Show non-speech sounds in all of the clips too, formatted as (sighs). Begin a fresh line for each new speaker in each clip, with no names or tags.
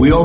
We all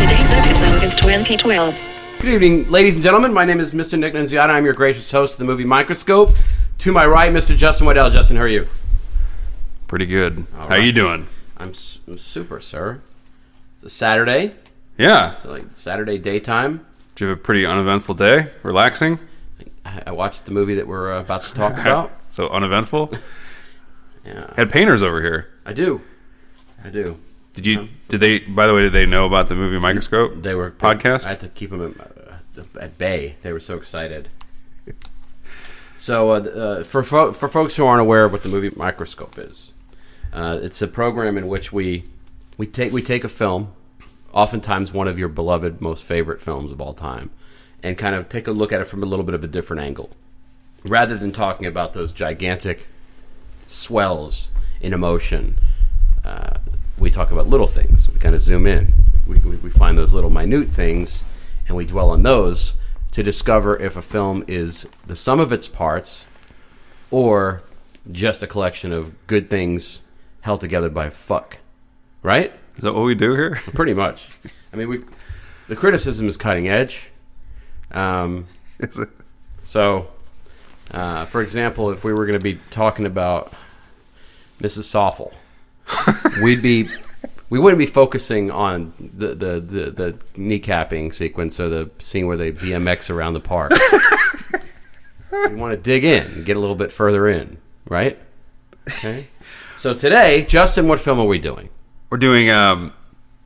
Today's episode is 2012.
Good evening, ladies and gentlemen. My name is Mr. Nick Nunziata. I'm your gracious host of the movie Microscope. To my right, Mr. Justin Waddell. Justin, how are you?
Pretty good. How
right.
you doing?
I'm, s- I'm super, sir. It's a Saturday,
Yeah.
so like Saturday daytime.
Did you have a pretty uneventful day? Relaxing?
I, I watched the movie that we're uh, about to
(laughs)
talk about.
So uneventful?
Yeah,
Had painters over here.
I do. I do.
Did you did they by the way, did they know about the movie Microscope?
They were
podcast?
I had to keep them at, uh, at bay. They were so excited. So, uh, th- uh, for fo- for folks who aren't aware of what the movie Microscope is, uh, it's a program in which we we take we take a film, oftentimes one of your beloved, most favorite films of all time, and kind of take a look at it from a little bit of a different angle, rather than talking about those gigantic swells in emotion. Uh, we talk about little things. We kind of zoom in. We, we, we find those little minute things and we dwell on those to discover if a film is the sum of its parts or just a collection of good things held together by fuck. Right?
Is that what we do here?
Pretty much. I mean, we the criticism is cutting edge. Um, So, uh, for example, if we were going to be talking about Mrs. Soffel, we'd be we wouldn't be focusing on the the the, the kneecapping sequence or the scene where they BMX around the park. we want to dig in, and get a little bit further in, right? Okay. So today, Justin, what film are we doing?
We're doing um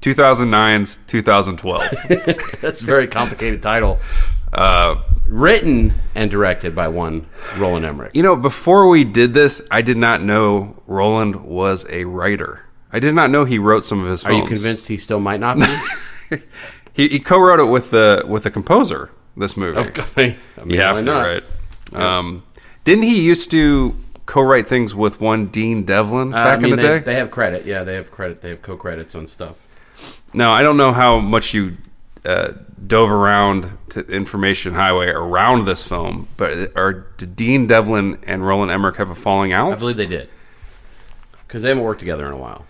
2009's
(laughs)
2012.
That's a very complicated title. Uh, written and directed by one Roland Emmerich.
you know, before we did this, I did not know Roland was a writer. I did not know he wrote some of his
Are
films.
you convinced he still might
(laughs)
not be?
He, he co-wrote it with the with the composer this movie.
Of course. I mean,
You have
why
to,
not? Uh,
right? Um, didn't he used to co-write things with one Dean Devlin
Uh,
back
I mean,
in the
they,
day?
they have credit. Yeah, they have credit. They have co-credits on stuff.
no, I don't know how much you uh, dove around to Information Highway around this film, but uh, are did Dean Devlin and Roland Emmerich have a falling
I
out?
believe they did because they haven't worked together in a while.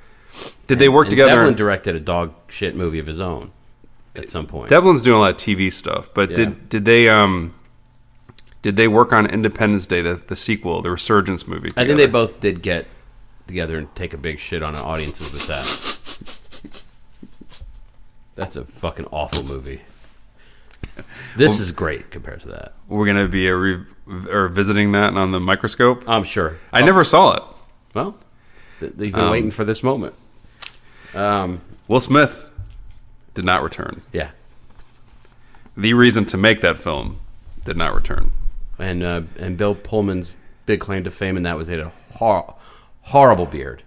Did they work
And
together?
Devlin
Devlin
directed a dog shit movie of his own at some point.
Devlin's doing a lot of TV stuff, but did did they um did they work on Independence Day, the, the sequel, the Resurgence
I
movie?
think
together?
they both did get together and take a big shit on audiences with that. That's a fucking awful (laughs) movie. This is great compared to that.
We're gonna be a re- or visiting that on the microscope.
I'm sure.
I never saw it.
Well, th- they've been waiting for this moment. Um,
Will Smith did not return.
yeah.
The reason to make that film did not return.
and uh, and Bill Pullman's big claim to fame, and that was he had a hor- horrible beard.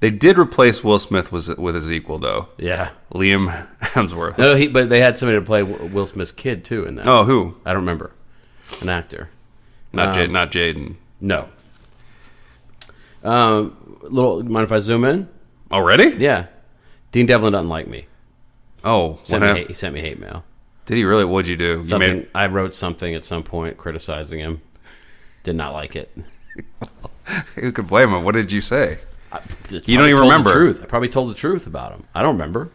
They did replace Will Smith was with his equal though,
Yeah.
Liam (laughs) Hemsworth.
No, he, but they had somebody to play W- Will Smith's kid too in that.
Oh, who?
I don't remember, an actor.
Not
Um,
Jade, not Jaden.
No. Um, little mind if I zoom in?
Already?
Yeah. Dean Devlin doesn't like me.
Oh,
Sent
what
me
hap-
hate, he sent me hate mail.
did he really? What'd you do? You
Something
made
I wrote something at some point criticizing him. Did not like it.
who could blame him? What did you say?
I,
You don't even
told the
remember.
truth. I probably told the truth about him. I don't remember.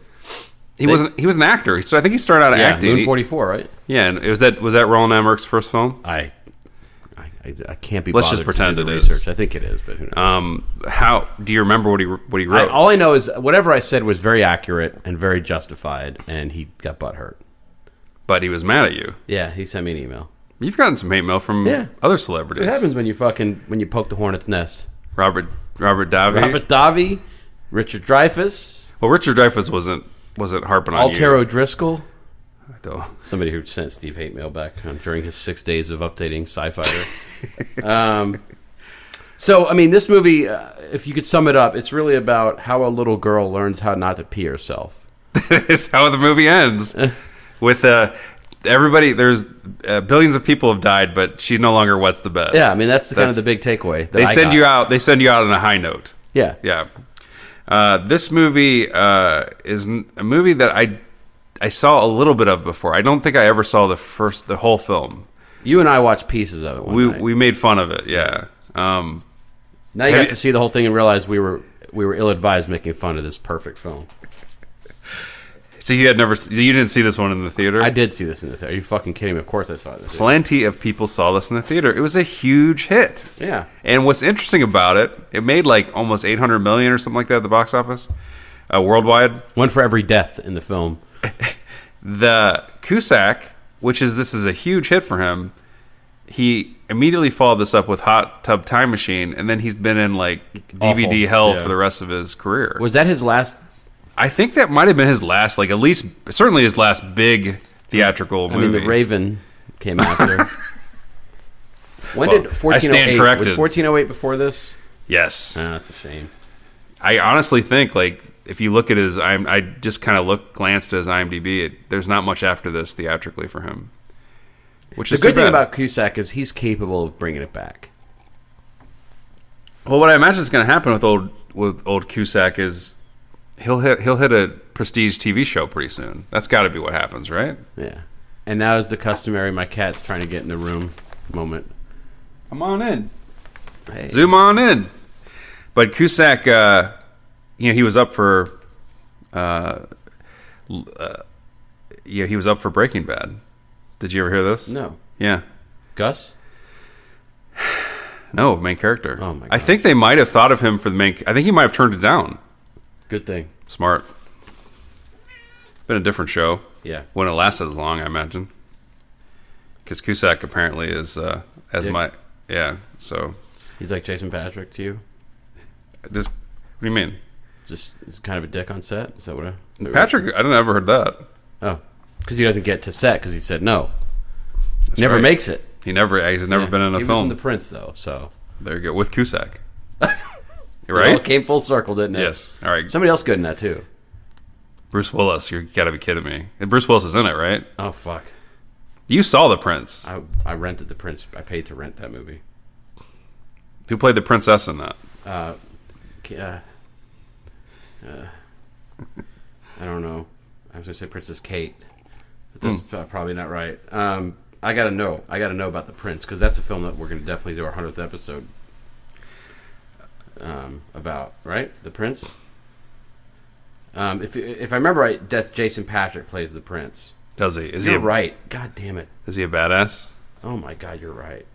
He wasn't. He was an actor. So I think he started out
Yeah,
acting.
Moon
He-
Forty Four, right?
yeah, and it was that was that Roland Emmerich's first film.
I, I, I, I can't be.
Let's
bothered
just pretend
to do the
it is.
research. I think it is, but who knows?
Um, how do you remember what he what he
I,
wrote?
all I know is whatever I said was very accurate and very justified, and he got butt hurt.
but he was mad at you.
Yeah, he sent me an email.
You've gotten some hate mail from
Yeah.
other celebrities.
What happens when you fucking when you poke the hornet's nest?
Robert Robert Davi.
Robert Davi, Richard Dreyfuss,
Well, Richard Dreyfuss wasn't wasn't harping on
Altero Driscoll,
you. (laughs) Altero.
somebody who sent Steve hate mail back um, during his six days of updating sci-fi.
(laughs)
um, so I mean, this movie, uh, if you could sum it up, it's really about how a little girl learns how not to pee herself.
is how the movie ends with uh, everybody. There's uh, billions of people have died, but she no longer wets the bed.
Yeah, I mean that's, the kind of the
That's-
big takeaway. That
they
I
send
got.
you out. They send you out on a high note.
Yeah,
Yeah. Uh, this movie uh, is n- a movie that I I saw a little bit of before. I don't think I ever saw the first the whole film.
You and I watched pieces of it. One
We
night.
we made fun of it. Yeah. Um,
now you
have
got
you-
to see the whole thing and realize we were we were ill advised making fun of this perfect film.
so you had never s- you didn't see this one in the theater.
I did see this in the theater. Are you fucking kidding me? Of course I saw this.
Plenty of people saw this in the theater. It was a huge hit.
Yeah.
And what's interesting about it, it made like almost 800 million or something like that at the box office uh, worldwide.
One for every death in the film.
The Cusack, which is this is a huge hit for him, he immediately followed this up with Hot Tub Time Machine, and then he's been in like DVD
Awful.
hell
Yeah.
for the rest of his career.
Was that his last?
I think that might have been his last, like at least certainly his last big theatrical
I
movie.
mean, The Raven came (laughs) after. when
Well,
did
I
1408?
stand corrected.
Was 1408 before this?
yes,
Ah, that's a shame.
I honestly think like if you look at his, i I just kind of look glanced at his IMDb. It, there's not much after this theatrically for him. Which
The
is too
good thing
bad.
about Cusack is he's capable of bringing it back.
well, what I imagine is going to happen with old with old Cusack is he'll hit he'll hit a prestige TV show pretty soon. That's got to be what happens, right?
Yeah. And now is the customary my cat's trying to get in the room moment.
Come on in, zoom on in. But Cusack, uh, you know, he was up for, uh, l- uh, yeah, he was up for Breaking Bad. Did you ever hear this?
No.
Yeah.
Gus?
No, main character.
Oh, my
I
God.
think they might have thought of him for the main. I think he might have turned it down.
Good thing.
Smart. Been a different show.
Yeah.
When it lasted as long, I imagine. Because Cusack apparently is uh, as
Dick.
my yeah. So
He's like Jason Patrick to you.
this. What do you mean,
Just is kind of a dick on set. Is that what? I,
Patrick? I don't ever heard that.
Oh, because he doesn't get to set because he said no. Never
right.
makes it.
He never. He's never been in a
he
film.
Was in the Prince though, so
(laughs) there you go
(laughs)
with Cusack.
It
right.
all came full circle, didn't it?
Yes. All right.
Somebody else good in that too.
Bruce Willis. You gotta be kidding me. And Bruce Willis is in it, right?
Oh fuck!
You saw the Prince.
I I rented the Prince. I paid to rent that movie.
Who played the princess in that?
K- Uh, uh, I don't know. I was gonna say Princess Kate. But that's
Hmm.
uh, probably not right. Um, I gotta know. I gotta know about the Prince because that's a film that we're gonna definitely do our hundredth episode. Um, about right the Prince. Um, if if I remember right, that's Jason Patrick plays the Prince.
Does he? Is he
You're
a,
right. God damn it.
Is he a badass?
Oh my God, you're right.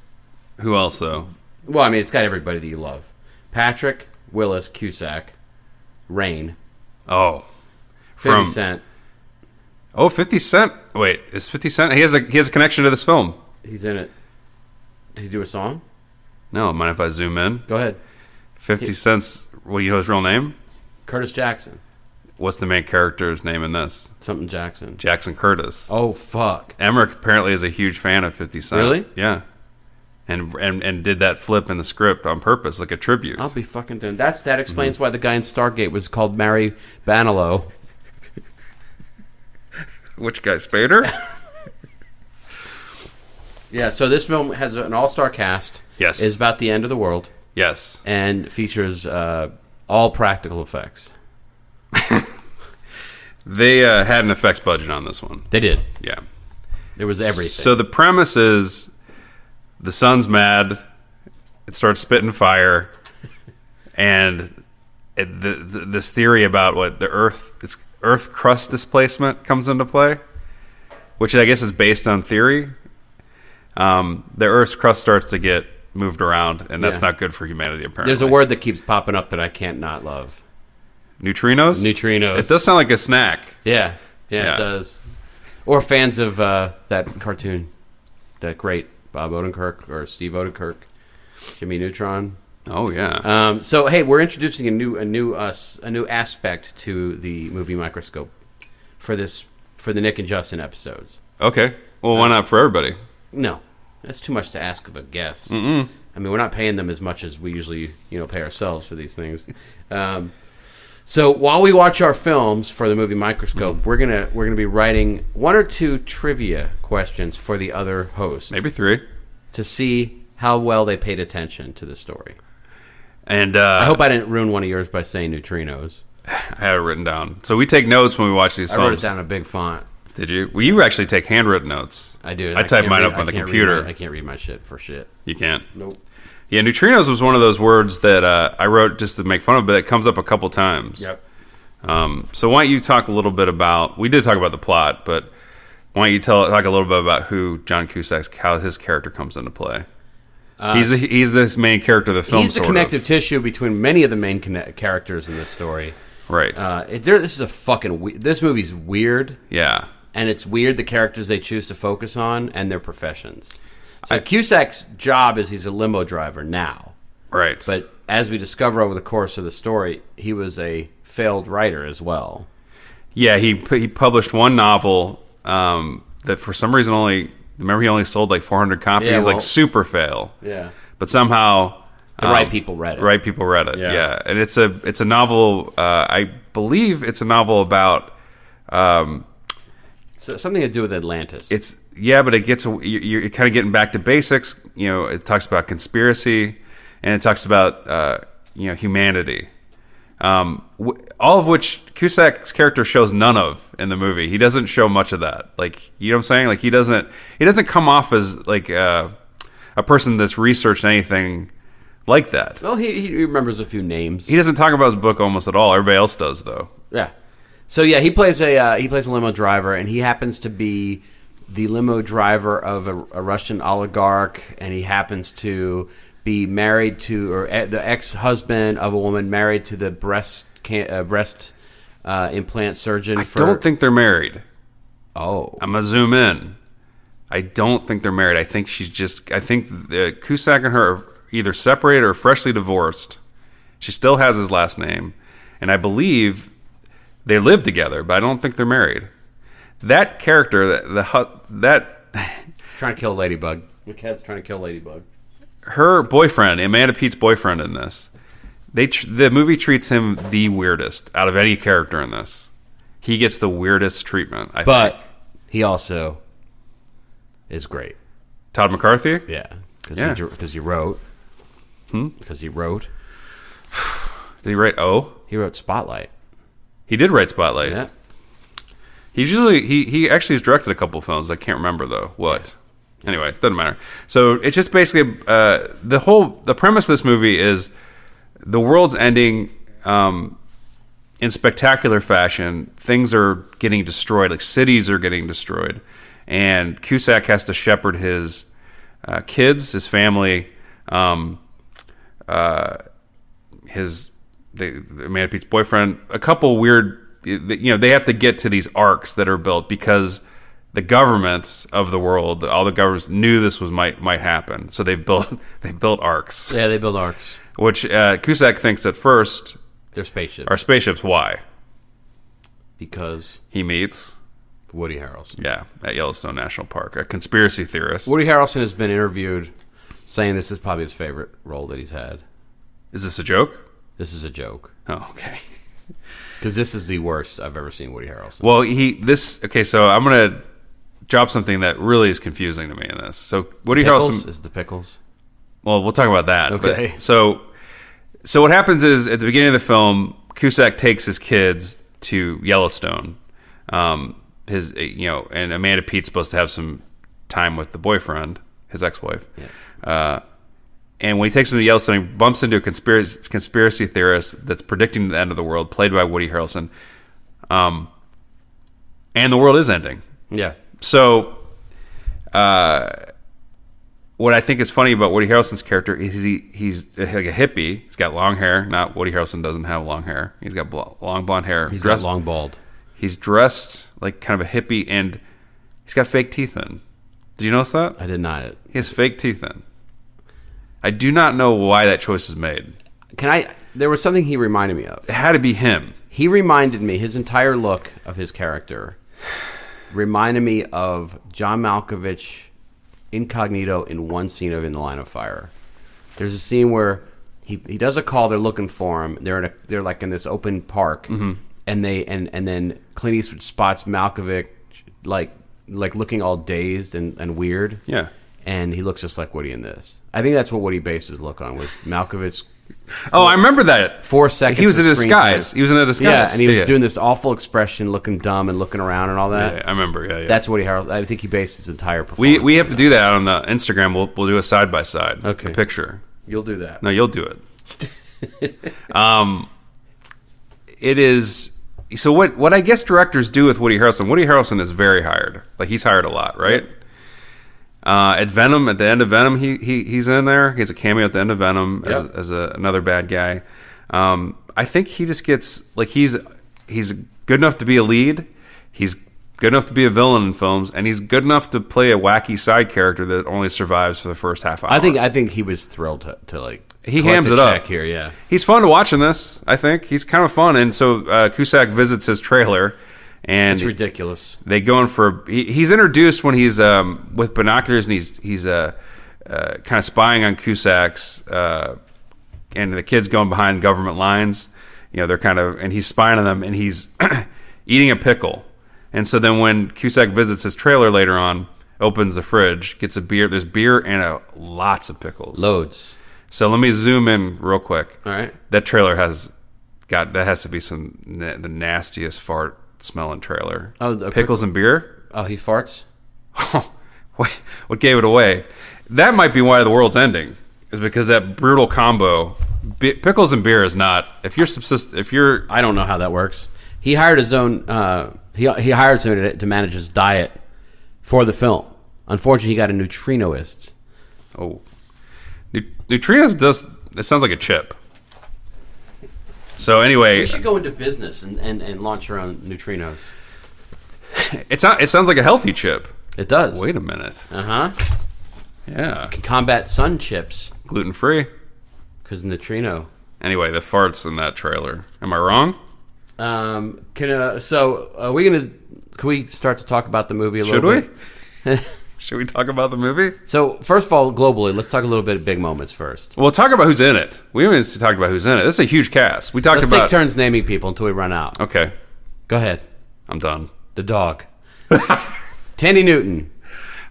Who else though?
Well, I mean, it's got everybody that you love: Patrick, Willis, Cusack, Rain,
Oh,
Fifty
from
Cent.
oh 50 Cent. Wait, is Fifty Cent? He has a he has a connection to this film.
He's in it. Did he do a song?
No, mind if I zoom in?
Go ahead.
Fifty Cent's. Well, you know his real name.
Curtis Jackson.
What's the main character's name in this?
Something Jackson.
Jackson Curtis.
Oh fuck.
Emmerich apparently is a huge fan of Fifty Cent.
Really?
Yeah. And, and and did that flip in the script on purpose, like a tribute.
I'll be fucking done. That's that explains
Mhm.
why the guy in Stargate was called Mary Banalow.
Which guy, Spader?
Yeah, so this film has an all-star cast.
Yes.
Is about the end of the world
(laughs) yes.
and features uh, all practical effects.
They uh, had an effects budget on this one.
They did.
Yeah.
There was everything.
So the premise is the sun's mad, it starts spitting fire, and it, the, the, this theory about what the Earth it's Earth crust displacement comes into play, which I guess is based on theory. Um, the Earth's crust starts to get moved around, and that's
Yeah.
not good for humanity. Apparently,
There's a word that keeps popping up that I can't not love.
neutrinos.
Neutrinos.
It does sound like a snack.
Yeah, yeah,
Yeah.
it does. Or fans of uh, that cartoon, that great Bob Odenkirk or Steve Odenkirk, Jimmy Neutron.
Oh yeah.
Um, so hey, we're introducing a new a new uh, s- a new aspect to the movie microscope for this for the Nick and Justin episodes.
okay. Well,
uh,
why not for everybody?
No, that's too much to ask of a guest. I mean, we're not paying them as much as we usually, you know, pay ourselves for these things. Um, so while we watch our films for the movie Microscope,
Mm-hmm.
we're gonna we're gonna be writing one or two trivia questions for the other host
Maybe three.
to see how well they paid attention to the story.
And uh,
I hope I didn't ruin one of yours by saying neutrinos.
I had it written down. So we take notes when we watch these
I
films.
wrote it down in a big font.
Did you? Well, you actually take handwritten notes.
I do.
I, type
can't
mine
read-
up
I
on the
can't read
computer.
my- I can't read my shit for shit.
You can't.
Nope.
Yeah, neutrinos was one of those words that uh, I wrote just to make fun of, but it comes up a couple times. Um, so why don't you talk a little bit about? We did talk about the plot, but why don't you tell talk a little bit about who John Cusack, how his character comes into play? he's the, he's this main character of the film.
Uh, He's the
sort of.
connective tissue between many of the main conne- characters in this story.
right?
Uh, it, there, this is a fucking. We- this movie's weird,
yeah,
and it's weird the characters they choose to focus on and their professions. So Cusack's job is he's a limo driver now,
right.
but as we discover over the course of the story, he was a failed writer as well.
Yeah, he pu- he published one novel um, that for some reason only remember he only sold like 400 copies,
Yeah, well-
like super fail.
Yeah.
But somehow
The right people read it.
the Um, right people read it.
Yeah.
Yeah, and it's a it's a novel. Uh, I believe it's a novel about um,
So, something to do with Atlantis.
it's yeah, but it gets you- you're kind of getting back to basics. You know, it talks about conspiracy, and it talks about uh, you know humanity. Um, w- all of which Cusack's character shows none of in the movie. He doesn't show much of that. Like you know what I'm saying? Like he doesn't he doesn't come off as like uh, a person that's researched anything like that.
well, he, he remembers a few names.
He doesn't talk about his book almost at all. Everybody else does though.
Yeah. So yeah, he plays a uh, he plays a limo driver, and he happens to be the limo driver of a, a Russian oligarch, and he happens to be married to or e- the ex husband of a woman married to the breast can, uh, breast uh, implant surgeon.
I
for,
don't think they're married.
Oh,
I'm gonna zoom in. I don't think they're married. I think she's just. I think the, Cusack and her are either separated or freshly divorced. She still has his last name, and I believe they live together, but I don't think they're married. That character, that the hu- that (laughs)
trying to kill Ladybug. The cat's trying to kill Ladybug.
her boyfriend, Amanda Pete's boyfriend in this, they tr- the movie treats him the weirdest out of any character in this. He gets the weirdest treatment. I
But
think.
he also is great.
Todd McCarthy.
Yeah, because
Yeah. Hmm?
because he wrote. Because he wrote.
Did he write O?
He wrote Spotlight.
He did write Spotlight.
Yeah.
He's usually he he actually has directed a couple films. I can't remember though what. Anyway, doesn't matter. So it's just basically uh, the whole the premise of this movie is the world's ending um, in spectacular fashion. Things are getting destroyed, like cities are getting destroyed, and Cusack has to shepherd his uh, kids, his family, um, uh, his the, the Amanda Pete's boyfriend, a couple weird. You know, they have to get to these arcs that are built because the governments of the world, all the governments knew this was might might happen, so they built (laughs) they built arcs,
Yeah, they build arcs.
which uh, Cusack thinks at first
They're spaceships
are spaceships. Why
because
he meets
Woody Harrelson.
Yeah, at Yellowstone National Park, a conspiracy theorist.
Woody Harrelson has been interviewed saying this is probably his favorite role that he's had.
Is this a joke?
This is a joke
Oh, okay.
because this is the worst I've ever seen Woody Harrelson.
Well, he this okay. So I'm gonna drop something that really is confusing to me in this. So Woody
pickles
Harrelson.
is the pickles.
Well, we'll talk about that. but-
Okay.
so, so what happens is at the beginning of the film, Cusack takes his kids to Yellowstone. Um, his uh, you know, and Amanda Pete's supposed to have some time with the boyfriend, his ex-wife. Uh, and when he takes him to Yellowstone, he bumps into a conspiracy conspiracy theorist that's predicting the end of the world, played by Woody Harrelson. Um, and the world is ending.
Yeah.
So, uh, what I think is funny about Woody Harrelson's character is he he's like a hippie. He's got long hair. Not Woody Harrelson doesn't have long hair. He's got bl- long blonde hair.
He's got long bald.
He's dressed like kind of a hippie, and he's got fake teeth in. Do you notice that?
I did not.
He has fake teeth in. I do not know why that choice is made.
Can I? There was something he reminded me of.
It had to be him.
He reminded me his entire look of his character reminded me of John Malkovich incognito in one scene of In the Line of Fire. There's a scene where he, he does a call. They're looking for him. They're in a, they're like in this open park,
Mm-hmm.
and they and and then Clint Eastwood spots Malkovich like like looking all dazed and, and weird.
Yeah.
and he looks just like Woody in this. I think that's what Woody based his look on with Malkovich.
Oh, I remember that.
Four seconds.
He was
of
in a
screen
disguise.
time.
He was in a disguise.
Yeah, and he was
Yeah.
doing this awful expression, looking dumb and looking around and all that.
Yeah, I remember. Yeah, yeah.
That's Woody Harrelson. I think he based his entire performance.
we we have
on
to do that on the Instagram. We'll we'll do a side by side.
Okay.
A picture.
that. You'll do that.
No, you'll do it. um, (laughs) it is so. What what I guess directors do with Woody Harrelson. Woody Harrelson is very hired. Like he's hired a lot, right? Uh, at Venom, at the end of Venom, he, he he's in there. He has a cameo at the end of Venom as,
Yep.
as a, another bad guy. Um, I think he just gets like he's he's good enough to be a lead. He's good enough to be a villain in films, and he's good enough to play a wacky side character that only survives for the first half hour.
I think I think he was thrilled to, to like
He
collect
hams
a
it up.
check here. Yeah,
he's fun to watch in this. I think he's kind of fun, and so uh, Cusack visits his trailer, and
it's ridiculous.
they go in for. He, he's introduced when he's um, with binoculars, and he's he's uh, uh, kind of spying on Cusack's, uh, and the kids going behind government lines. You know, they're kind of, and he's spying on them, and he's (clears throat) eating a pickle. And so then when Cusack visits his trailer later on, opens the fridge, gets a beer. There's beer and uh lots of pickles.
Loads.
So let me zoom in real quick.
All right.
That trailer has got that has to be some na- the nastiest fart smelling trailer.
Oh, the-
pickles and beer. (laughs)
Oh, he farts.
what what gave it away? That might be why the world's ending is because that brutal combo. Bi- pickles and beer is not. If you're subsist, if you're
I don't know how that works. He hired his own. Uh, he he hired somebody to, to manage his diet for the film. Unfortunately, he got a neutrinoist.
oh, Nu- neutrinos does. It sounds like a chip. So anyway,
We should go into business and, and, and launch our own neutrinos.
it's not. It sounds like a healthy chip.
It does.
Wait a minute.
Uh huh.
Yeah,
Combat sun chips
gluten free.
because neutrino.
Anyway, the farts in that trailer. Am I wrong?
Um, can uh, so are we gonna? Can we start to talk about the movie a
Should
little
we?
bit? (laughs)
Should we talk about the movie?
So first of all, globally, let's talk a little bit of big moments first.
Well, talk about who's in it. We haven't even talked about who's in it. This is a huge cast. We talked
Let's
about.
take turns naming people until we run out.
Okay,
Go ahead.
I'm done.
The
(laughs)
dog. Tandy Newton.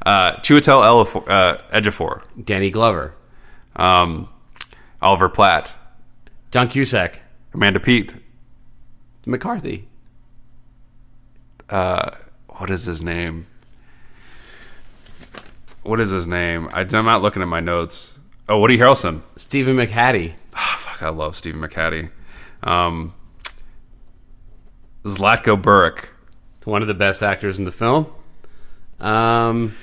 Uh, Chiwetel Elefo- uh, Ejiofor,
Danny Glover.
um, Oliver Platt,
John Cusack.
Amanda Pete.
McCarthy.
What is his name? What is his name? I, I'm not looking at my notes. Oh, Woody Harrelson.
Stephen McHattie.
Fuck, I love Stephen McCaddy. Um, Zlatko Burek.
One of the best actors in the film. Um,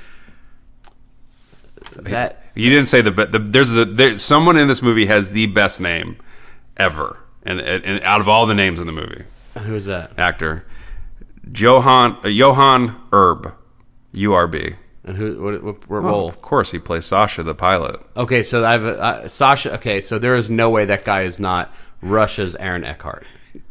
that
You didn't say the, be- the there's the there, someone in this movie has the best name ever, and, and, and out of all the names in the movie,
who's that?
actor Johan uh, Johan Erb, U R B.
And who? What, what, what
Well,
role?
of course he plays Sasha the pilot.
Okay, so I've uh, Sasha. Okay, so there is no way that guy is not Russia's Aaron Eckhart.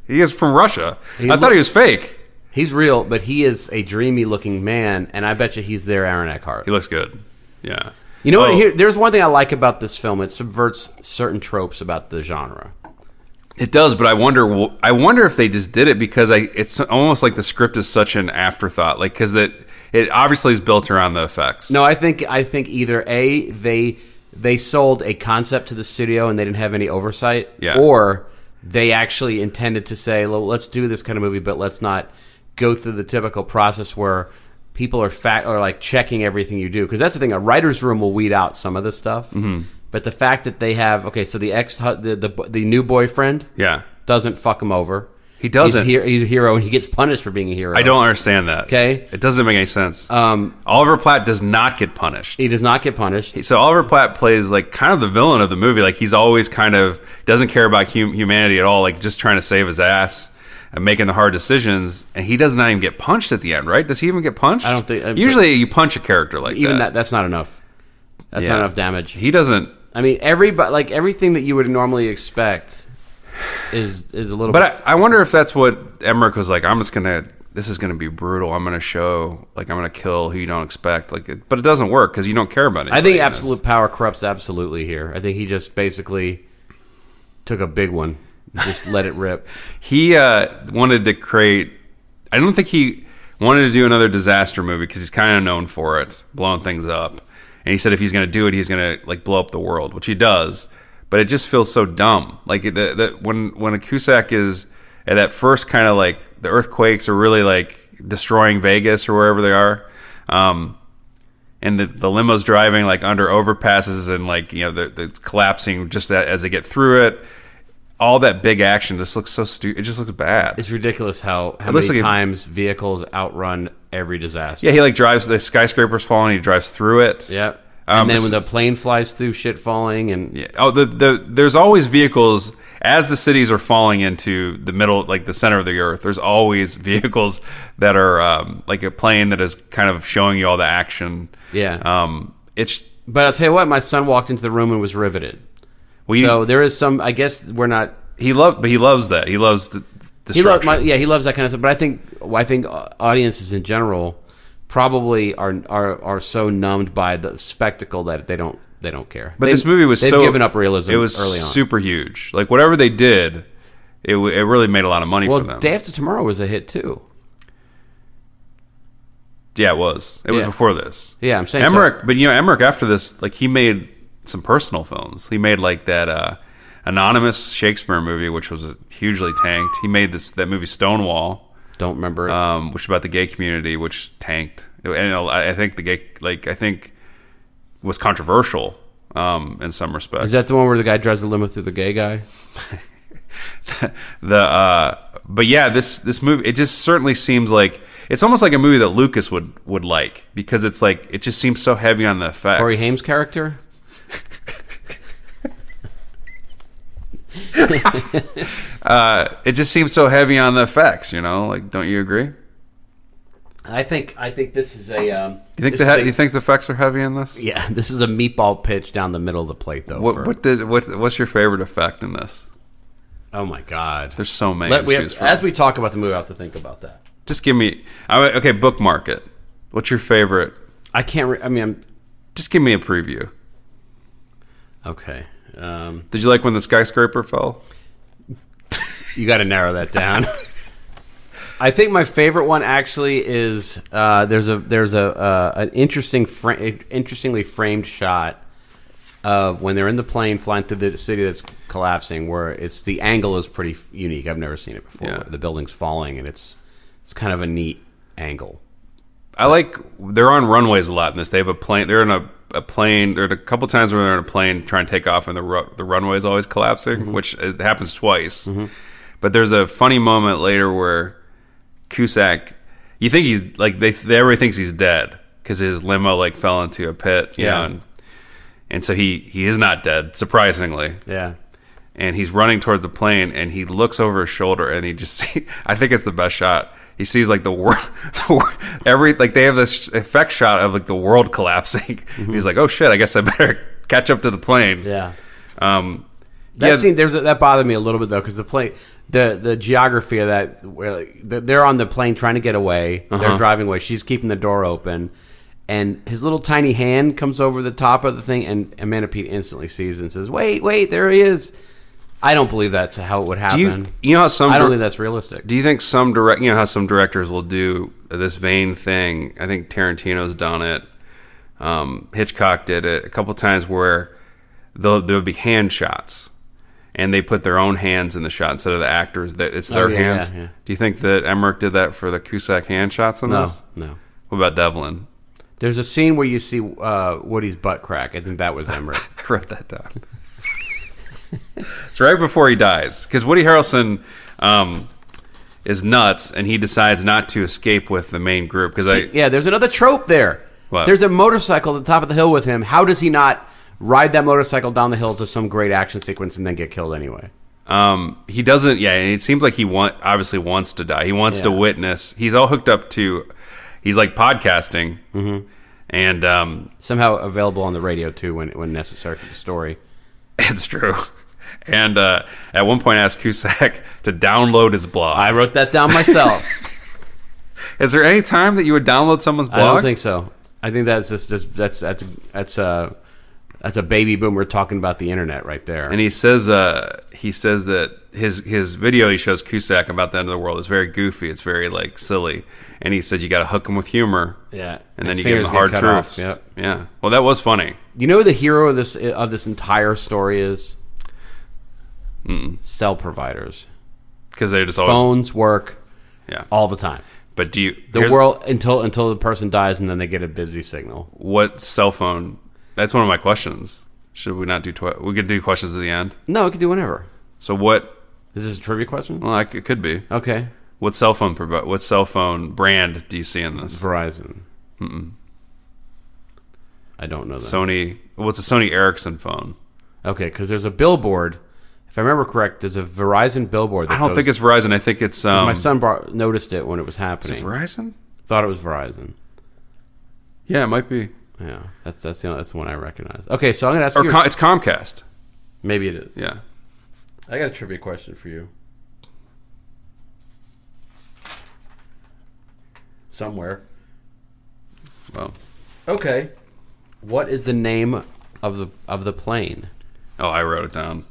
He is from Russia. I
look-
thought he was fake.
He's real, but he is a dreamy looking man, and I bet you he's their Aaron Eckhart.
He looks good. Yeah.
You know what?
Oh,
Here, there's one thing I like about this film. It subverts certain tropes about the genre.
It does, but I wonder. wh- I wonder if they just did it because I. It's almost like the script is such an afterthought, like because that it obviously is built around the effects.
No, I think I think either a they they sold a concept to the studio and they didn't have any oversight,
Yeah.
or they actually intended to say, "Well, let's do this kind of movie, but let's not go through the typical process where people are fact or like checking everything you do." Because that's the thing, a writer's room will weed out some of this stuff,
Mm-hmm.
but the fact that they have okay, so the ex the the, the new boyfriend
Yeah.
doesn't fuck him over.
He doesn't.
He's, here, he's a hero, and he gets punished for being a hero.
I don't understand that.
Okay.
It doesn't make any sense.
Um,
Oliver Platt does not get punished.
he does not get punished.
So Oliver Platt plays like kind of the villain of the movie. Like he's always kind of doesn't care about hum- humanity at all. Like just trying to save his ass and making the hard decisions. And he does not even get punched at the end, right? Does he even get punched?
I don't think- I-
Usually you punch a character like
Even
that.
that, that's not enough. That's
Uh, Yeah.
not enough damage.
He doesn't.
I mean, everybody like everything that you would normally expect is is a little. bit,
But I, I wonder if that's what Emmerich was like. I'm just gonna. This is gonna be brutal. I'm gonna show. Like I'm gonna kill who you don't expect. Like, it, but it doesn't work because you don't care about it.
I think absolute power corrupts absolutely here. I think he just basically took a big one, just let it rip. (laughs)
he uh, wanted to create. I don't think he wanted to do another disaster movie because he's kind of known for it, blowing things up. And he said if he's going to do it, he's going to like blow up the world, which he does. But it just feels so dumb. Like the, the, when when a Cusack is at that first kind of like the earthquakes are really like destroying Vegas or wherever they are. Um, and the, the limo's driving like under overpasses and like you know the, the it's collapsing just a- as they get through it. All that big action just looks so stupid. It just looks bad.
It's ridiculous how how
It looks
many
like a-
times vehicles outrun every disaster.
yeah, he like drives the skyscraper's falling. He drives through it.
Yep.
Um,
and then when
it's-
the plane flies through, shit falling, and
Yeah. Oh, the, the there's always vehicles as the cities are falling into the middle, like the center of the earth. There's always (laughs) vehicles that are um, like a plane that is kind of showing you all the action.
Yeah.
Um, it's
But I'll tell you what, my son walked into the room and was riveted.
we.
so there is some. I guess we're not.
he loved, but he loves that. He loves the.
He
Destruction.
loves. Yeah, he loves that kind of stuff. But I think. I think uh, audiences in general probably are are are so numbed by the spectacle that they don't they don't care.
But this movie was
they've
so
given up realism.
It was
early on.
super huge. Like whatever they did, it, w- it really made a lot of money
well,
for them.
Day After Tomorrow was a hit too.
yeah, it was. It was
Yeah.
before this.
Yeah, I'm saying so.
Emmerich. But you know, Emmerich after this, like he made some personal films. He made like that uh, anonymous Shakespeare movie, which was hugely tanked. He made this that movie Stonewall.
Don't remember. it.
um, which is about the gay community, which tanked. And I I think the gay, like I think, was controversial um, in some respects.
is that the one where the guy drives the limo through the gay guy?
the uh but yeah this this movie it just certainly seems like it's almost like a movie that lucas would would like because it's like it just seems so heavy on the effects
Corey Haim's character.
it just seems so heavy on the effects you know like don't you agree
I think. I think this is a. Um,
you think
this
the
is
he-
a-
you think the effects are heavy in
(laughs)
this
Yeah, this is a meatball pitch down the middle of the plate, though. for-
what what did what what's your favorite effect in this
oh my god!
there's so many
Let-
to
we
choose
have,
from.
as we talk about the movie, I have to think about that.
just give me I mean, okay bookmark it what's your favorite
I can't. Re- I mean, I'm
just give me a preview
okay. Um,
did you like when the skyscraper fell
you got to narrow that down. (laughs) I think my favorite one actually is uh, there's a there's a uh, an interesting fra- interestingly framed shot of when they're in the plane flying through the city that's collapsing, where it's the angle is pretty f- unique. I've never seen it before.
Yeah.
The building's falling, and it's it's kind of a neat angle.
I like they're on runways a lot in this. They have a plane. They're in a, a plane. There are a couple times where they're in a plane trying to take off, and the ru- the runway is always collapsing, which it happens twice. But there's a funny moment later where Cusack, you think he's like they, they everybody thinks he's dead because his limo like fell into a pit. you
Yeah.
know, and, and so he he is not dead, surprisingly
Yeah.
and he's running toward the plane and he looks over his shoulder and he just (laughs) see, I think it's the best shot. He sees like the world, the wor- (laughs) every like they have this effect shot of like the world (laughs) collapsing. He's like, oh shit, I guess I better (laughs) catch up to the plane.
Mm-hmm. Yeah.
Um,
That
yeah,
scene, there's a, that bothered me a little bit though because the plane, the the geography of that, where like, the- they're on the plane trying to get away,
Uh-huh.
they're driving away. She's keeping the door open, and his little tiny hand comes over the top of the thing, and Amanda Pete instantly sees and says, "Wait, wait, there he is." I don't believe that's how it would
do you
happen.
you know how some
I don't
dir-
think that's realistic.
do you think some direct you know how some directors will do this vain thing? I think Tarantino's done it. Um, Hitchcock did it a couple times where there'll, there'll be hand shots and they put their own hands in the shot instead of the actors that it's their
Oh, yeah,
hands.
yeah, yeah.
Do you think that Emmerich did that for the Cusack hand shots in
no,
this?
no.
What about Devlin? (laughs)
There's a scene where you see uh, Woody's butt crack. I think that was Emmerich.
I wrote that down. it's right before he dies because Woody Harrelson, um, is nuts, and he decides not to escape with the main group because I
yeah, there's another trope there.
What?
There's a motorcycle at the top of the hill with him. How does he not ride that motorcycle down the hill to some great action sequence and then get killed anyway?
Um, he doesn't. Yeah, and it seems like he want obviously wants to die. He wants to
Yeah.
witness. He's all hooked up to. He's like podcasting, mm-hmm. and um, (laughs)
Somehow available on the radio too when when necessary for the story.
it's true. And uh, at one point, I asked Cusack (laughs) to download his blog.
I wrote that down
(laughs)
myself.
Is there any time that you would download someone's blog?
I don't think so. I think that's just, just that's that's that's a that's a baby boomer talking about the internet right there.
And he says, uh, he says that his his video he shows Cusack about the end of the world is very goofy. It's very like silly. And he says you got to hook him with humor.
Yeah.
and then
His
you give him
fingers
hard
get cut off,
truths.
yep.
Yeah. Well, that was funny.
you know who the hero of this of this entire story is cell providers.
because they're just always
Phones work
yeah.
all the time.
But do you
The
here's
world until until the person dies and then they get a busy signal.
what cell phone? That's one of my questions. Should we not do twi- we could do questions at the end?
No, it could do whatever.
So what?
Is this a trivia question?
Well, like, it could be.
Okay.
What cell phone provi- What cell phone brand do you see in this?
Verizon. Mm-mm. I don't know that.
Sony. What's a Sony Ericsson phone?
okay, because there's a billboard. If I remember correct, there's a Verizon billboard. That
I don't
goes-
think it's Verizon. I think it's um,
my son bar- noticed it when it was
is it
happening.
Verizon.
Thought it was Verizon.
Yeah, it might be.
Yeah, that's that's the only, that's the one I recognize. Okay, so I'm gonna ask
Or
you.
com- it's Comcast.
maybe it is.
Yeah.
I got a trivia question for you. Somewhere.
Well.
Okay. What is the name of the of the plane?
Oh, I wrote it down.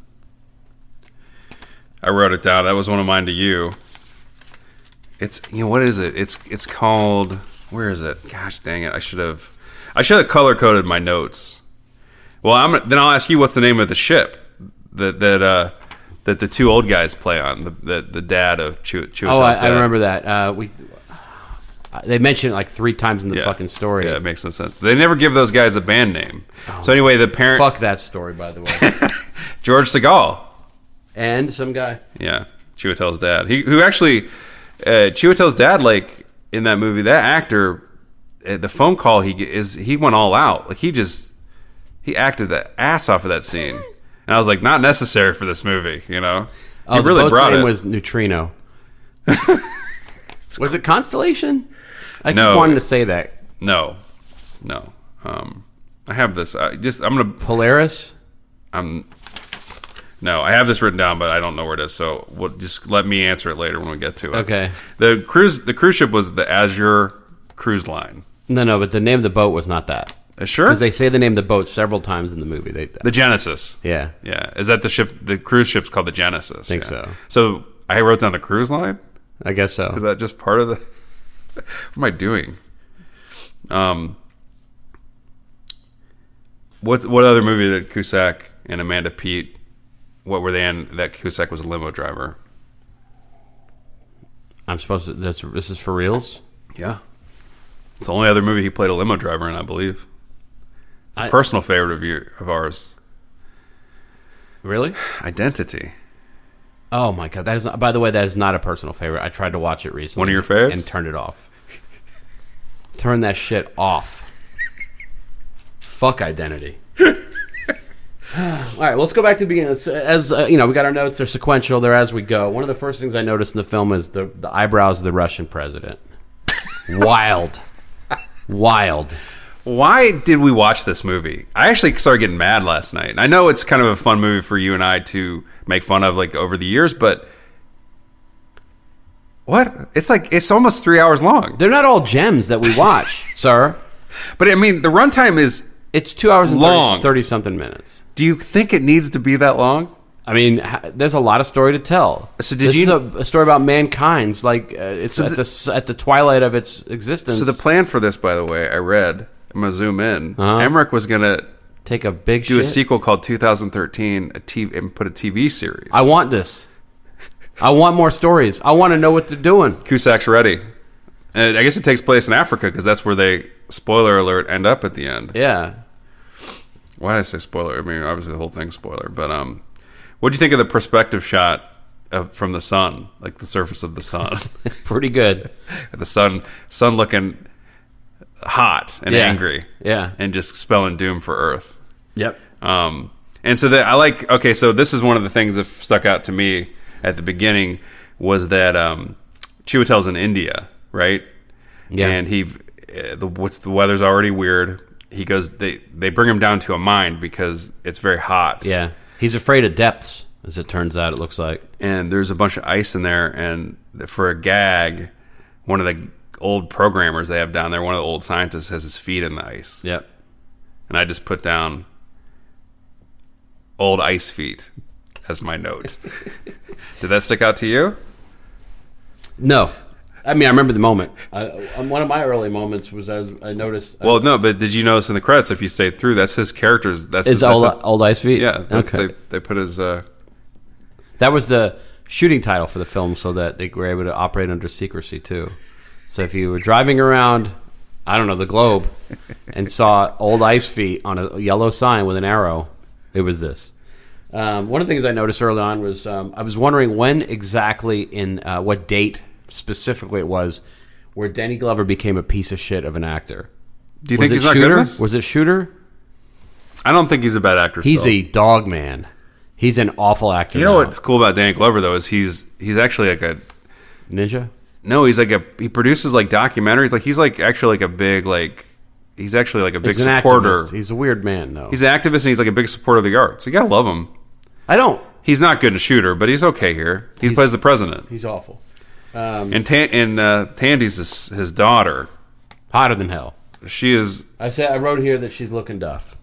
I wrote it down. That was one of mine to you. It's you know what is it? It's it's called where is it? Gosh dang it! I should have I should have color coded my notes. Well, I'm then I'll ask you what's the name of the ship that that uh that the two old guys play on the the, the dad of Chew
Oh, I, I remember that. Uh, we uh, they mentioned it like three times in the fucking story. Oh.
Yeah, it makes no sense. They never give those guys a band name. so anyway, the parent
Fuck that story, by the
(laughs)
way.
George Segal.
and some guy.
Yeah, Chiwetel's dad. He who actually uh, Chiwetel's dad, like in that movie, that actor, uh, the phone call he ge- is he went all out. Like he just he acted the ass off of that scene, and I was like, not necessary for this movie, you know.
Oh,
he
the
really
boat's
brought
name
it.
was Neutrino.
(laughs)
(laughs) was it Constellation? I
No.
keep wanting to say that.
no, no. Um, I have this. I just I'm gonna.
Polaris?
I'm. No, I have this written down, but I don't know where it is. So we'll just let me answer it later when we get to it.
Okay.
The cruise, the cruise ship was the Azure Cruise Line.
No, no, but the name of the boat was not that.
Uh, sure.
Because they say the name of the boat several times in the movie. They,
The Genesis.
yeah.
Yeah. Is that the ship? The cruise ship's called the Genesis.
Think
yeah.
so.
So I wrote down the cruise line.
I guess so.
Is that just part of the? (laughs) what am I doing? Um. What's what other movie did Cusack and Amanda Pete? What were they in? That Cusack was a limo driver.
I'm supposed to. That's, this is for reals?
Yeah. It's the only other movie he played a limo driver in, I believe. It's a
I-
personal favorite of your of ours.
Really?
Identity.
Oh my god! That is. By the way, that is not a personal favorite. I tried to watch it recently.
One of your faves?
And turned it off. Turn that shit off. Fuck identity. (sighs) All right, let's go back to the beginning. It's, As uh, you know, we got our notes. They're sequential. They're as we go. One of the first things I noticed in the film is the the eyebrows of the Russian president. Wild, wild.
Why did we watch this movie? I actually started getting mad last night. I know it's kind of a fun movie for you and I to make fun of like over the years, but what? It's like it's almost 3 hours long.
They're not all gems that we watch,
(laughs)
sir.
But I mean, the runtime is
It's two hours and
Long.
thirty something minutes.
do you think it needs to be that long?
I mean, ha- there's a lot of story to tell.
So did
this
you-
is a, a story about mankind's like uh, it's
So
at
the-
the s- at the twilight of its existence.
So the plan for this by the way, I read, I'm going to zoom in. Emmerich was going to
take a big
do a
Uh-huh. shit.
sequel called 2013 a TV, and put a TV series.
I want this. I want more stories. I want to know what they're doing.
Cusack's ready. And I guess it takes place in Africa because that's where they, spoiler alert, end up at the end.
Yeah,
Why did I say spoiler? I mean, obviously the whole thing's spoiler. But um, what do you think of the perspective shot uh, from the sun, like the surface of the
(laughs)
sun,
Pretty good.
the sun, sun looking hot and
Yeah.
angry,
Yeah.
and just spelling doom for Earth.
Yep.
Um, and so that I like. Okay, so this is one of the things that stuck out to me at the beginning was that um, Chiwetel's in India, right?
Yeah.
And he, uh, the what's the weather's already weird. He goes. They they bring him down to a mine because it's very hot.
Yeah. He's afraid of depths, as it turns out, it looks like.
And there's a bunch of ice in there, and for a gag, one of the old programmers they have down there, one of the old scientists, has his feet in the ice,
Yep.
and I just put down old ice feet as
(laughs)
my note. Did that stick out to you?
No. I mean, I remember the moment. I, um, one of my early moments was I, was, I noticed.
Well, no, but did you notice in the credits if you stayed through? That's his characters. That's
it's
that's
old,
the-
old ice feet.
yeah. That's
Okay.
They, they put his. Uh,
that was the shooting title for the film, so that they were able to operate under secrecy too. So if you were driving around, I don't know, the globe, and saw old ice feet on a yellow sign with an arrow, it was this. Um, one of the things I noticed early on was um, I was wondering when exactly in uh, what date specifically it was where Danny Glover became a piece of shit of an actor.
do you
was
think
it
he's not
shooter?
good at this?
Was it shooter?
I don't think he's a bad actor.
He's
still.
a dog man. He's an awful actor.
You know
now.
what's cool about Danny Glover though is he's he's actually like a
ninja?
no he's like a he produces like documentaries like he's like actually like a big like he's actually like a big
He's an
supporter.
activist. He's a weird man though.
He's an activist and he's like a big supporter of the arts. You gotta love him.
I don't.
He's not good in shooter, but he's okay here. He plays the president.
He's Mm-hmm. awful.
And Tan- and uh, Tandy's his, his daughter.
Hotter than hell.
She is
I said I wrote here that she's looking duff.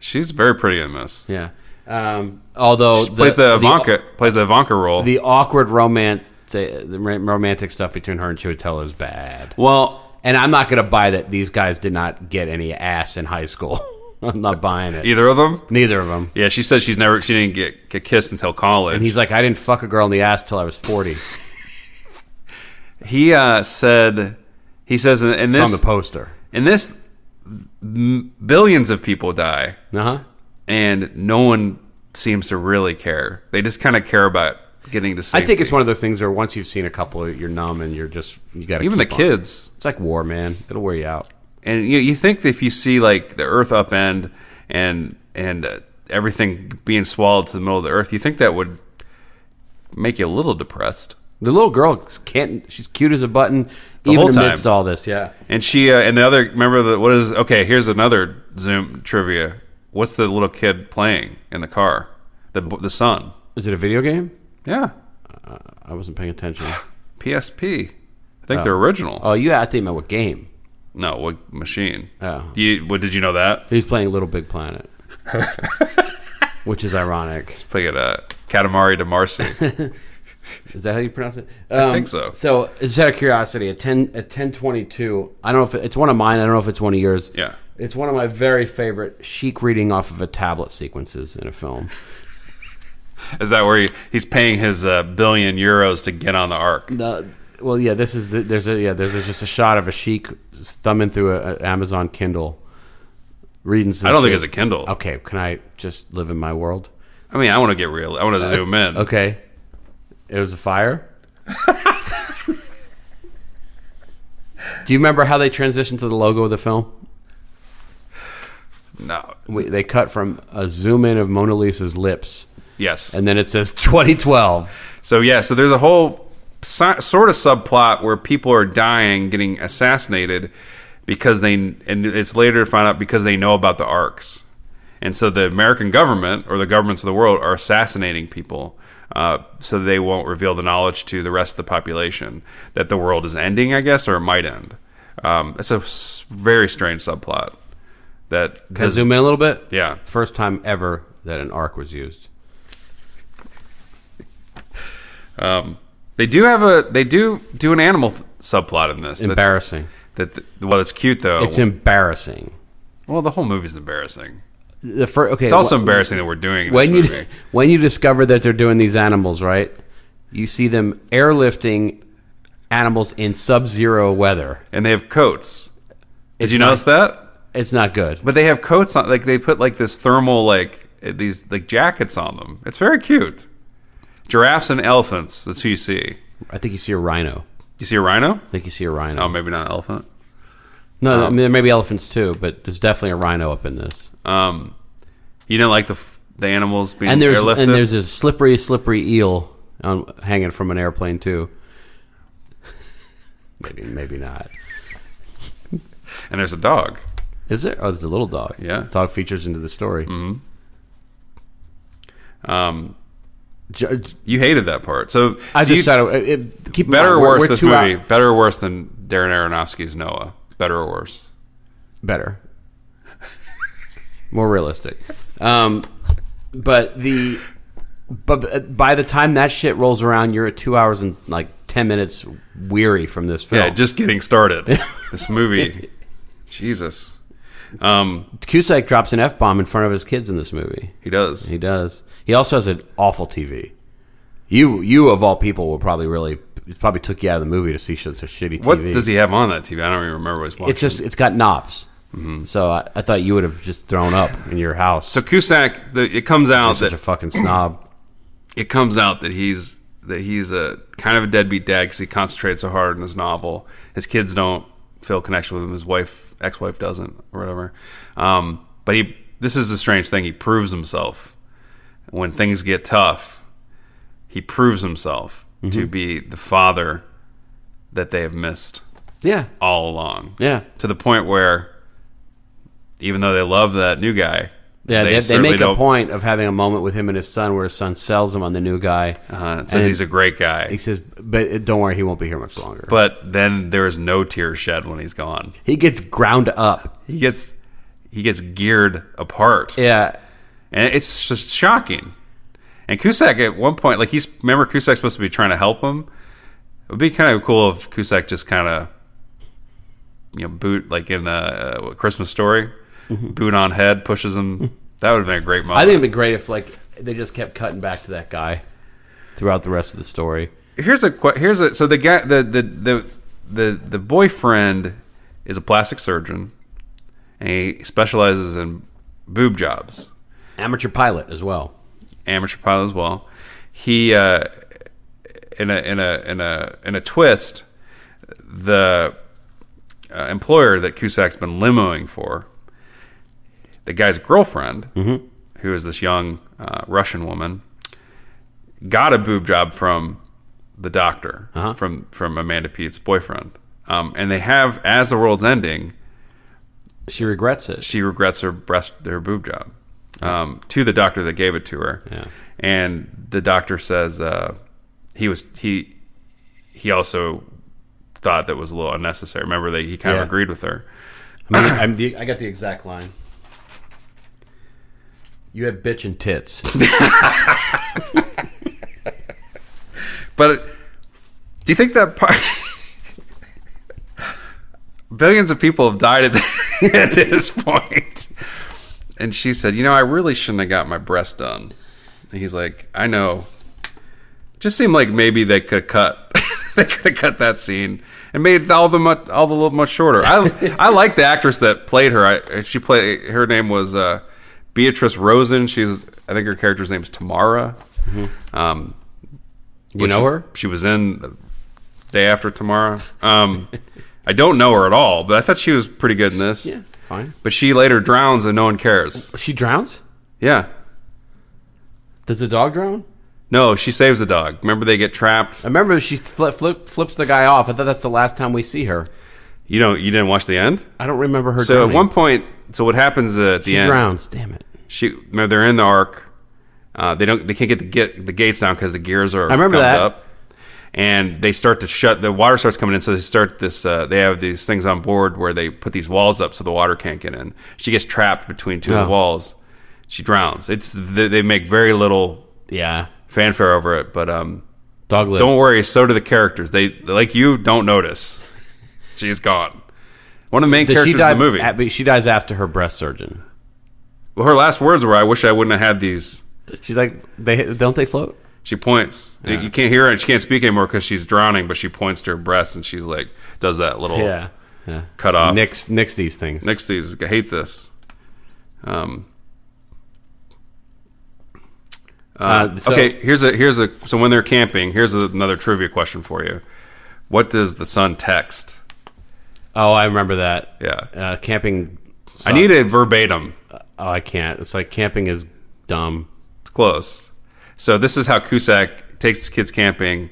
she's very pretty in this.
Yeah. Um, although
She plays the Ivanka plays the Ivanka role.
the, awkward romance, the ra- romantic stuff between her and Chiwetel is bad.
well,
And I'm not going to buy that these guys did not get any ass in high school. (laughs) I'm not buying it.
either of them.
Neither of them.
Yeah, she said she's never she didn't get, get kissed until college.
And he's like, I didn't fuck a girl in the ass till I was 40. It's
he uh, said he says in, in
on
this
the poster.
in this m- billions of people die
Uh huh.
and no one seems to really care. They just kind of care about getting to
I
safety.
think it's one of those things where once you've seen a couple, you're numb and you're just you got to
even the kids.
It's like war, man. It'll wear you out.
and you you think that if you see like the Earth upend and and uh, everything being swallowed to the middle of the Earth, you think that would make you a little depressed.
The little girl can't. She's cute as a button. even
whole time.
amidst all this, yeah.
And she uh, and the other remember the, what is okay? Here's another Zoom trivia. What's the little kid playing in the car? The b- the son.
Is it a video game?
Yeah,
I wasn't paying
(sighs)
attention.
PSP. I think they're original.
oh, you. I think about what game?
no, what machine?
Oh.
You, what did you know that?
He's playing Little Big
(laughs)
Planet, which is ironic.
Play it uh, Katamari
(laughs)
Damacy.
Is that how you pronounce it? Um, I
think so.
So, just out of curiosity, a ten a ten twenty two. I don't know if it- it's one of mine. I don't know if it's one of yours.
Yeah.
it's one of my very favorite chic reading off of a tablet sequences in a film.
is that where he, he's paying his uh, billion euros to get on the ark?
Uh, well, yeah, this is the, there's a yeah there's a, just a shot of a sheik thumbing through a- an Amazon Kindle, reading. Some
I don't
shit.
think it's a Kindle.
Okay, can I just live in my world?
I mean, I want to get real. I want to zoom in.
Uh, Okay, it was a fire. (laughs) Do you remember how they transitioned to the logo of the film?
No.
We, they cut from a zoom in of Mona Lisa's lips,
Yes.
and then it says (laughs) 2012.
so yeah. So there's a whole si- sort of subplot where people are dying, getting assassinated because they, and it's later to find out because they know about the arcs, and so the American government or the governments of the world are assassinating people. Uh, so they won't reveal the knowledge to the rest of the population that the world is ending, I guess, or it might end. Um, it's a s- very strange subplot. That
Can I zoom in a little bit?
Yeah.
First time ever that an arc was used.
They do have a they do do an animal th- subplot in this. That, Oh.
Embarrassing.
that th- well, it's cute though.
It's embarrassing.
well, the whole movie's embarrassing.
the first okay
It's also
wh-
embarrassing that we're doing
when
this
you
movie.
(laughs) when you discover that they're doing these animals right you see them airlifting animals in sub-zero weather
and they have coats. Did
It's
you
not-
notice that?
it's not good
But they have coats on. Like they put like this thermal like eh, these like jackets on them. It's very cute. Giraffes and elephants. That's who you see.
I think you see a rhino.
You see a rhino?
I think you see a rhino.
Oh, maybe not an elephant.
no, no, I mean, there may be elephants too, but there's definitely a rhino up in this.
Um, you know, like the f- the animals being
and there's
airlifted.
and there's this slippery, slippery eel on, hanging from an airplane too. (laughs) maybe, maybe not.
And there's a dog.
Is there? Oh, there's a little dog.
Yeah. Mm-hmm.
dog features into the story.
Um,
Ju- ju-
you hated that part. So
I
do
just
you-
thought it, it- keep in
better
mind,
or
we're-
worse
we're
this
two hou-
movie. Better or worse than Darren Aronofsky's Noah. Better or worse.
better, more realistic. Um, but the but uh, by the time that shit rolls around, you're at two hours and like ten minutes weary from this film.
Yeah, just
(laughs)
getting started. this movie. Jesus. Um,
Cusack drops an f bomb in front of his kids in this movie.
he does.
He does. He also has an awful TV. You, you of all people, will probably really it probably took you out of the movie to see such a shitty TV.
What does he have on that TV? I don't even remember what he's watching.
It's just it's got knobs. So I, I thought you would have just thrown up in your house.
Mm-hmm. so Cusack. The, it comes
You're
out
such a
that
fucking
(clears throat)
snob.
it comes out that he's that he's a kind of a deadbeat dad because he concentrates so hard on his novel. His kids don't feel connection with him. His wife, ex-wife, doesn't or whatever. Um, but he, this is the strange thing. He proves himself when things get tough. He proves himself
Mm-hmm.
to be the father that they have missed
Yeah,
all along.
yeah,
To the point where, even though they love that new guy,
yeah. They, they,
certainly
make a
don't-
point of having a moment with him and his son, where his son sells him on the new guy.
Uh, it says
And
he's a great guy.
He says, "But uh, don't worry, he won't be here much longer."
But then there is no tear shed when he's gone.
he gets ground up.
He gets he gets geared apart,
Yeah,
and it's just shocking. And Cusack at one point, like he's remember Cusack's supposed to be trying to help him. It would be kind of cool if Cusack just kind of you know boot like in the uh, what, Christmas story, boot on head pushes him. That would have been a great
Mm-hmm.
moment.
I think it'd be great if like they just kept cutting back to that guy throughout the rest of the story.
here's a que- here's a so the guy the the the the, the boyfriend is a plastic surgeon and he specializes in boob jobs
Amateur pilot as well.
amateur pilot as well he uh in a in a in a in a twist the uh, employer that cusack's been limoing for the guy's girlfriend who is this young uh, russian woman got a boob job from the doctor from from amanda pete's boyfriend um, and they have as the world's ending
She regrets it.
she regrets her breast her boob job um, to the doctor that gave it to her
Yeah.
and the doctor says uh, he was he he also thought that was a little unnecessary remember that he kind
Yeah.
of agreed with her
I, mean, I'm the, I got the exact line. You had bitch and
(laughs)
tits.
but do you think that part billions of people have died at, the, (laughs) at this point and she said you know i really shouldn't have got my breast done and he's like i know just seemed like maybe they could cut (laughs) they could have cut that scene and made all the much, all the little much shorter. I I like the actress that played her. I, she played her name was uh, Beatrice Rosen. She's I think her character's name is Tamara. Um,
You know
she-
her?
She was in the day after Tamara.
(laughs)
Um, I don't know her at all, but I thought she was pretty good in this.
fine.
But she later drowns and no one cares.
She drowns?
Yeah.
Does the dog drown?
No, she saves the dog. Remember they get trapped.
I remember she flip, flip, flips the guy off. I thought that's the last time we see her.
You don't you didn't watch the end?
I don't remember her
So
drowning.
at one point, so what happens at the
she
end?
drowns. Damn it.
She, remember, they're in the arc. Uh, they don't. They can't get the get, the gates down because the gears are.
I remember
gummed
that.
Up, and they start to shut. The water starts coming in, so they start this. Uh, they have these things on board where they put these walls up so the water can't get in. She gets trapped between two of
Oh.
the walls. She drowns. It's they, they make very little
Yeah.
fanfare over it, but um,
Dog lives.
don't worry. So do the characters. They like you don't notice. She's gone. One of the main
Does she
characters
die
in the movie.
at- but she dies after her breast surgeon.
Well, her last words were, "I wish I wouldn't have had these."
She's like, they don't they float?
She points. You can't hear her. and She can't speak anymore because she's drowning. But she points to her breast and she's like, does that little
Yeah. Yeah.
cut off.
Nix, nix these things.
Next these. I hate this. Um.
Uh, so-
okay, here's a here's a so when they're camping, here's a, another trivia question for you. What does the son text?
Oh, I remember that.
Yeah.
Uh, camping.
I need a verbatim.
Oh, I can't. It's like camping is dumb.
It's close. So this is how Cusack takes his kids camping,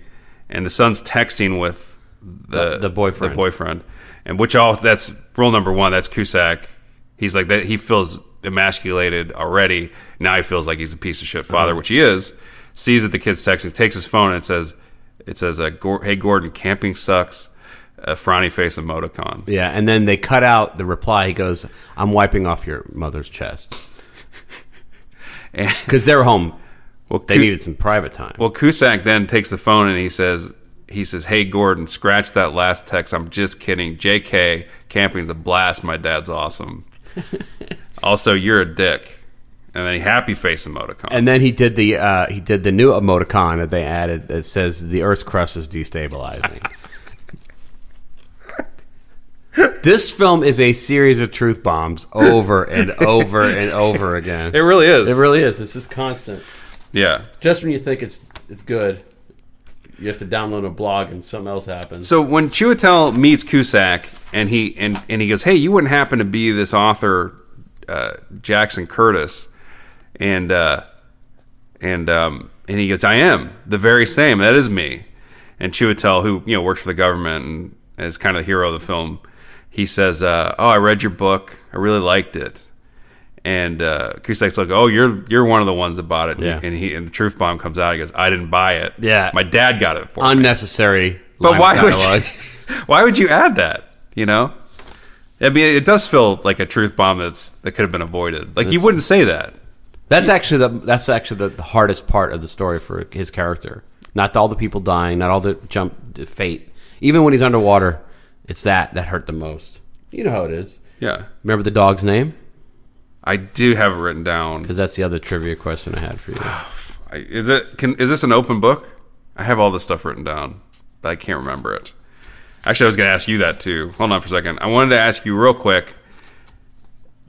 and the son's texting with the
The- the boyfriend.
the boyfriend, and which all that's rule number one. That's Cusack. He's like that. He feels emasculated already. Now he feels like he's a piece of shit father,
Mm-hmm.
which he is. Sees that the kid's texting, takes his phone, and it says, "It says, uh, Gor- hey Gordon, camping sucks." A frowny face emoticon.
Yeah, and then they cut out the reply. He goes, "I'm wiping off your mother's
(laughs)
chest," because they're home.
Well,
They
Cu-
needed some private time.
Well, Cusack then takes the phone and he says, he says, "Hey Gordon, scratch that last text. I'm just kidding. J.K. Camping's a blast. My dad's awesome. also, you're a dick." And then he happy face emoticon.
and then he did the uh, he did the new emoticon that they added that says the Earth's crust is
(laughs)
destabilizing. this film is a series of truth bombs over and over and over again.
it really is.
It really is. It's just constant.
yeah.
Just when you think it's it's good, you have to download a blog and something else happens.
So when Chiwetel meets Cusack and he and, and he goes, "Hey, you wouldn't happen to be this author uh, Jackson Curtis?" And uh, and um, and he goes, "I am the very same. That is me." And Chiwetel, who you know works for the government and is kind of the hero of the film, he says, uh, "Oh, I read your book. I really liked it." And uh, Cusack's like, "Oh, you're you're one of the ones that bought it."
Yeah.
And he and the truth bomb comes out. He goes, "I didn't buy it.
Yeah.
my dad got it for me."
unnecessary.
But why would
dialogue.
you, (laughs) why would you add that? You know, I mean, it does feel like a truth bomb that's that could have been avoided. Like you wouldn't say that.
(laughs) That's actually the that's actually the, the hardest part of the story for his character. Not all the people dying, not all the jump to fate. Even when he's underwater, it's that that hurt the most. You know how it is.
Yeah,
Remember the dog's name?
I do have it written down.
Because that's the other trivia question I had for you.
I, is it can is this an open book? I have all this stuff written down, but I can't remember it. Actually, I was going to ask you that too. Hold on for a second. I wanted to ask you real quick.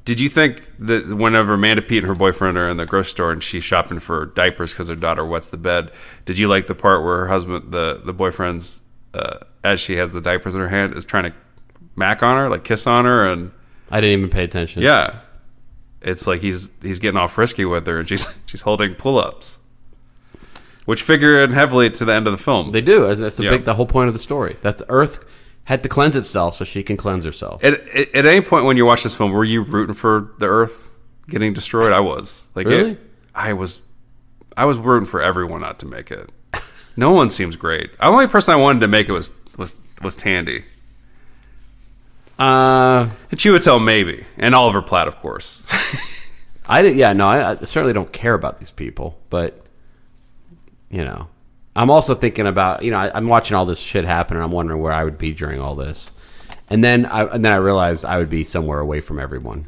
Did you think that whenever Amanda Pete and her boyfriend are in the grocery store and she's shopping for diapers because her daughter wets the bed, did you like the part where her husband, the the boyfriend's, uh, as she has the diapers in her hand, is trying to mac on her, like kiss on her, and
I didn't even pay attention.
yeah, it's like he's he's getting all frisky with her, and she's (laughs) she's holding pull ups, which figure in heavily to the end of the film.
they do. That's- That's the
Yeah.
big, the whole point of the story. That's Earth had to cleanse itself so she can cleanse herself.
at, at, at any point when you watch this film, were you rooting for the Earth getting destroyed? I was. Like, it-
Really?
I was. I was rooting for everyone not to make it. No one seems great. The only person I wanted to make it was was was Tandy.
Uh,
And Chiwetel maybe, and Oliver Platt, of course.
I did, yeah, no, I, I certainly don't care about these people, but you know, I'm also thinking about you know I, I'm watching all this shit happen, and I'm wondering where I would be during all this, and then I and then I realized I would be somewhere away from everyone.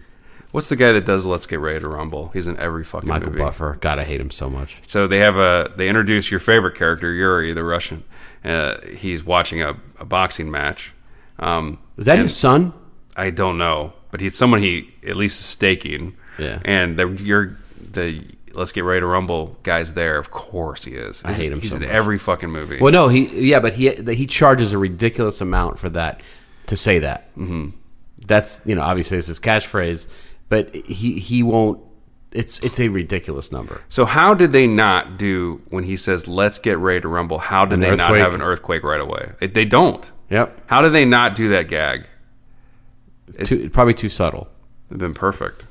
What's the guy that does Let's Get Ready to Rumble? He's in every fucking
Michael
movie.
Buffer, God, I hate him so much.
So they have a they introduce your favorite character Yuri the Russian. Uh, he's watching a, a boxing match. Um,
Is that
and-
his son?
I don't know, but he's someone he at least is staking.
Yeah.
And the you're the let's get ready to rumble guys there. Of course he is. I
hate him
He's
so
in
much.
every fucking movie.
Well, no, he yeah, but he he charges a ridiculous amount for that to say that. Mm-hmm. That's you know obviously it's his catchphrase, but he he won't. It's it's a ridiculous number.
So how did they not do when he says let's get ready to rumble? How did they not
earthquake.
have an earthquake right away? They, they don't.
Yep,
How did they not do that gag?
too, probably too subtle.
They've been perfect.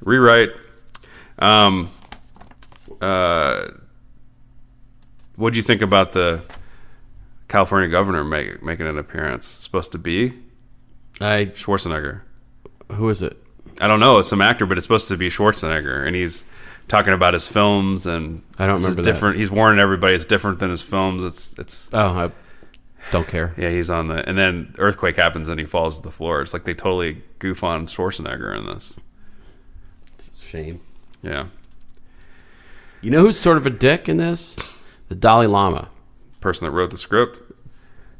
Rewrite. Um, uh, what'd you think about the California governor make, making an appearance? supposed to be
I
Schwarzenegger.
who is it?
I don't know. It's some actor, but it's supposed to be Schwarzenegger, and he's talking about his films and
I don't
this is
remember that.
different. He's warning everybody it's different than his films. It's it's
Oh, I don't care.
yeah. He's on the and then earthquake happens and he falls to the floor. It's like they totally goof on Schwarzenegger in this.
Shame.
Yeah,
You know who's sort of a dick in this? The Dalai Lama.
person that wrote the script.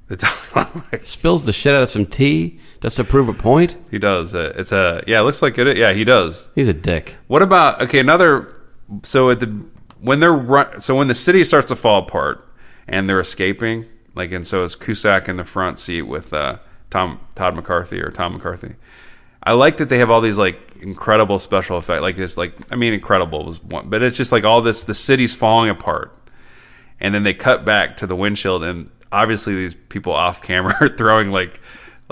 The (laughs) Dalai Lama.
Spills the shit out of some tea just to prove a point.
He does. Uh, It's a yeah. It looks like it. Yeah, he does.
He's a dick.
What about okay? Another. So at the when they're run, so when the city starts to fall apart and they're escaping, like and so is Cusack in the front seat with uh, Tom Todd McCarthy or Tom McCarthy. I like that they have all these like incredible special effects, like this, like I mean, incredible was one, but it's just like all this. The city's falling apart, and then they cut back to the windshield, and obviously these people off camera (laughs) are throwing like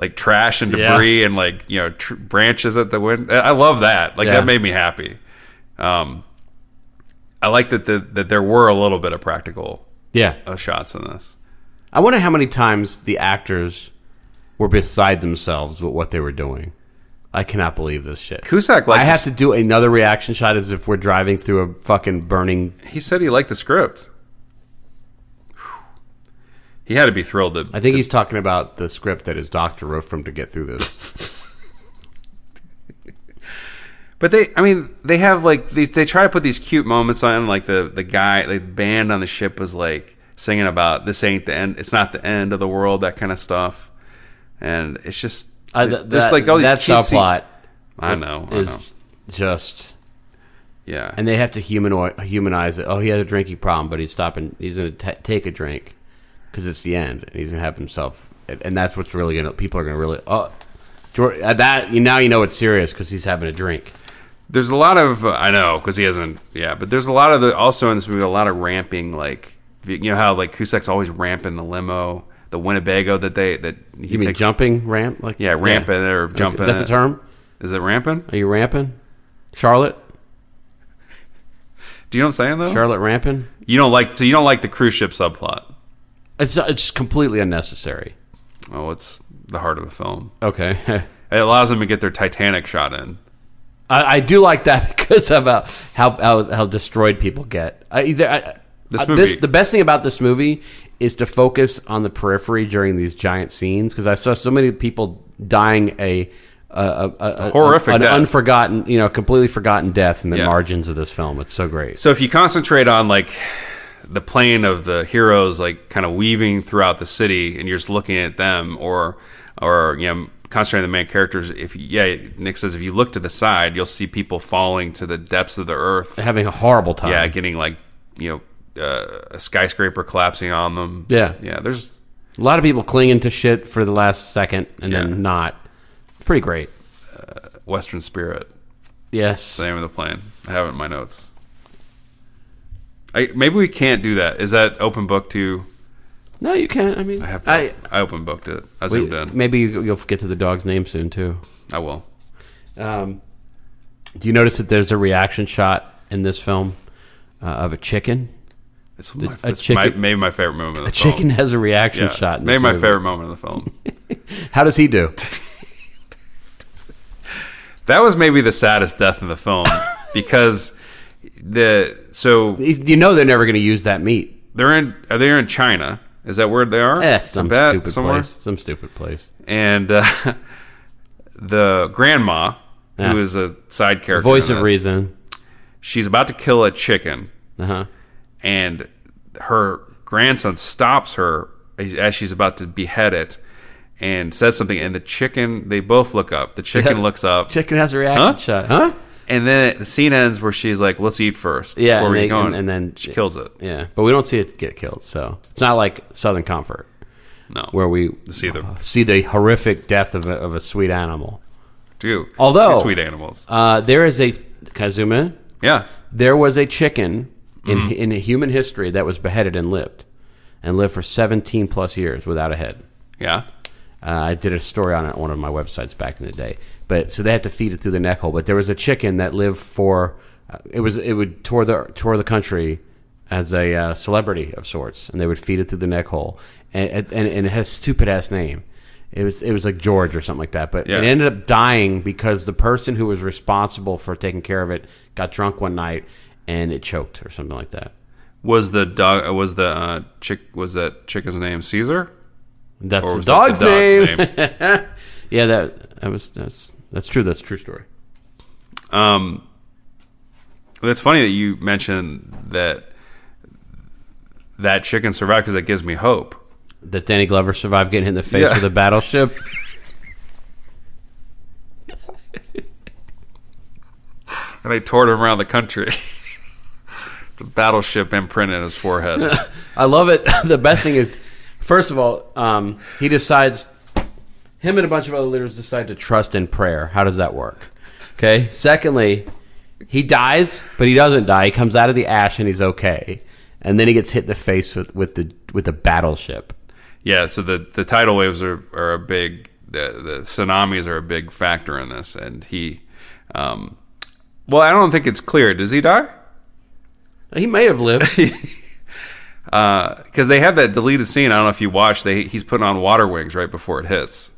like trash and
Yeah.
debris and like you know tr- branches at the wind. I love that. Like
Yeah.
that made me happy. Um, I like that the, that there were a little bit of practical
Yeah.
uh, shots in this.
I wonder how many times the actors were beside themselves with what they were doing. I cannot believe this shit.
Cusack liked
I have to
this-
do another reaction shot as if we're driving through a fucking burning.
He said he liked the script. He had to be thrilled that
I think he's talking about the script that his doctor wrote for him to get through this.
But they, I mean, they have like they, they try to put these cute moments on, like the the guy, the band on the ship was like singing about this ain't the end, it's not the end of the world, that kind of stuff, and it's just
I,
there's
th- that- that
cutesy-
subplot
I know, I
is
know.
just,
yeah,
and they have to humano- humanize it. Oh, he has a drinking problem, but he's stopping. He's going to take a drink because it's the end, and he's going to have himself. And, and that's what's really going to. People are going to really. Oh, George, uh, that you now you know it's serious because he's having a drink.
there's a lot of uh, I know because he hasn't, yeah, but there's a lot of the also in this movie a lot of ramping, like you know how like Cusack's always ramping the limo, the Winnebago that they that he
You mean
takes-
jumping ramp? Like
yeah, ramping or
Okay,
jumping.
Is that the term?
Is it ramping?
Are you ramping, Charlotte?
Do you know what I'm saying though?
Charlotte ramping?
You don't like so you don't like the cruise ship subplot.
It's it's completely unnecessary.
Oh, it's the heart of the film.
Okay. (laughs)
It allows them to get their Titanic shot in.
I, I do like that (laughs) because of uh, how, how how destroyed people get. I, either I,
This
I-
movie-
the best thing about this movie is to focus on the periphery during these giant scenes because I saw so many people dying a. A, a, a,
horrific
an
death.
unforgotten, you know, completely forgotten death in the
Yeah.
margins of this film. It's so great.
So if you concentrate on like the plane of the heroes, like kind of weaving throughout the city, and you're just looking at them, or or you know concentrating on the main characters. If you- yeah, Nick says if you look to the side, you'll see people falling to the depths of the earth.
having a horrible time.
Yeah, getting like you know uh, a skyscraper collapsing on them.
Yeah.
yeah. There's
A lot of people clinging to shit for the last second and
Yeah.
then not. It's pretty great.
Western Spirit.
Yes.
the name of the plane. I have it in my notes. I, maybe we can't do that. Is that open book to?
No, you can't. I mean,
I have to. I,
I,
open booked it. I
we-
zoomed in.
maybe you, you'll get to the dog's name soon too.
I will.
Um, do you notice that there's a reaction shot in this film uh, of a chicken?
Oh. It's, my,
a
it's my,
chicken-
maybe my favorite moment. Of the
A chicken
film.
has a reaction
Yeah,
shot. In
maybe
this
my
movie.
favorite moment of the film. (laughs)
How does he do?
that was maybe the saddest death in
(laughs)
the film because the so
He's, you know they're never going to use that meat.
they're in are they in China? Is that where they are?
Eh, some
Tibet,
stupid place. Some stupid place.
And uh, (laughs) the grandma,
Yeah.
who is a side character,
Voice of
in this,
reason.
she's about to kill a chicken.
Uh huh.
and her grandson stops her as she's about to behead it and says something and the chicken they both look up the chicken
Yeah.
looks up
Chicken has a reaction
Huh?
shot. Huh?
and then the scene ends where she's like let's eat first
Yeah,
before
and
we
they-
go on."
and- and then-
she kills it
Yeah, but we don't see it get killed, so it's not like Southern Comfort
no
where we
see them
see the horrific death of a, of a sweet animal.
do
Although-
They're sweet animals
Uh, there is a can I zoom in?
yeah
There was a chicken in in human history that was beheaded and lived, and lived for seventeen plus years without a head.
yeah
Uh, I did a story on it on one of my websites back in the day. But so they had to feed it through the neck hole. But there was a chicken that lived for uh, it was it would tour the tour the country as a uh, celebrity of sorts, and they would feed it through the neck hole, and and, and it had a stupid ass name. It was it was like George or something like that. But
Yeah.
it ended up dying because the person who was responsible for taking care of it got drunk one night and it choked or something like that.
was the dog was the uh, chick was that chicken's name Caesar
That's
or
the
was
dog's,
that the
name.
dog's name?
(laughs) yeah, that that was that's that's true. That's a true story.
Um, that's funny that you mentioned that that chicken survived because that gives me hope.
that Danny Glover survived getting hit in the face
Yeah.
with a battleship.
And they toured him around (laughs) the country battleship imprint in his forehead.
(laughs) I love it. (laughs) the best thing is, first of all, um, he decides. Him and a bunch of other leaders decide to trust in prayer. How does that work? Okay. Secondly, he dies, but he doesn't die. He comes out of the ash and he's okay. And then he gets hit in the face with, with the with the battleship.
yeah, so the, the tidal waves are, are a big the, the tsunamis are a big factor in this, and he, um, well, I don't think it's clear. Does he die?
He may have lived. (laughs)
Because they have that deleted scene. I don't know if you watched. They he's putting on water wings right before it hits.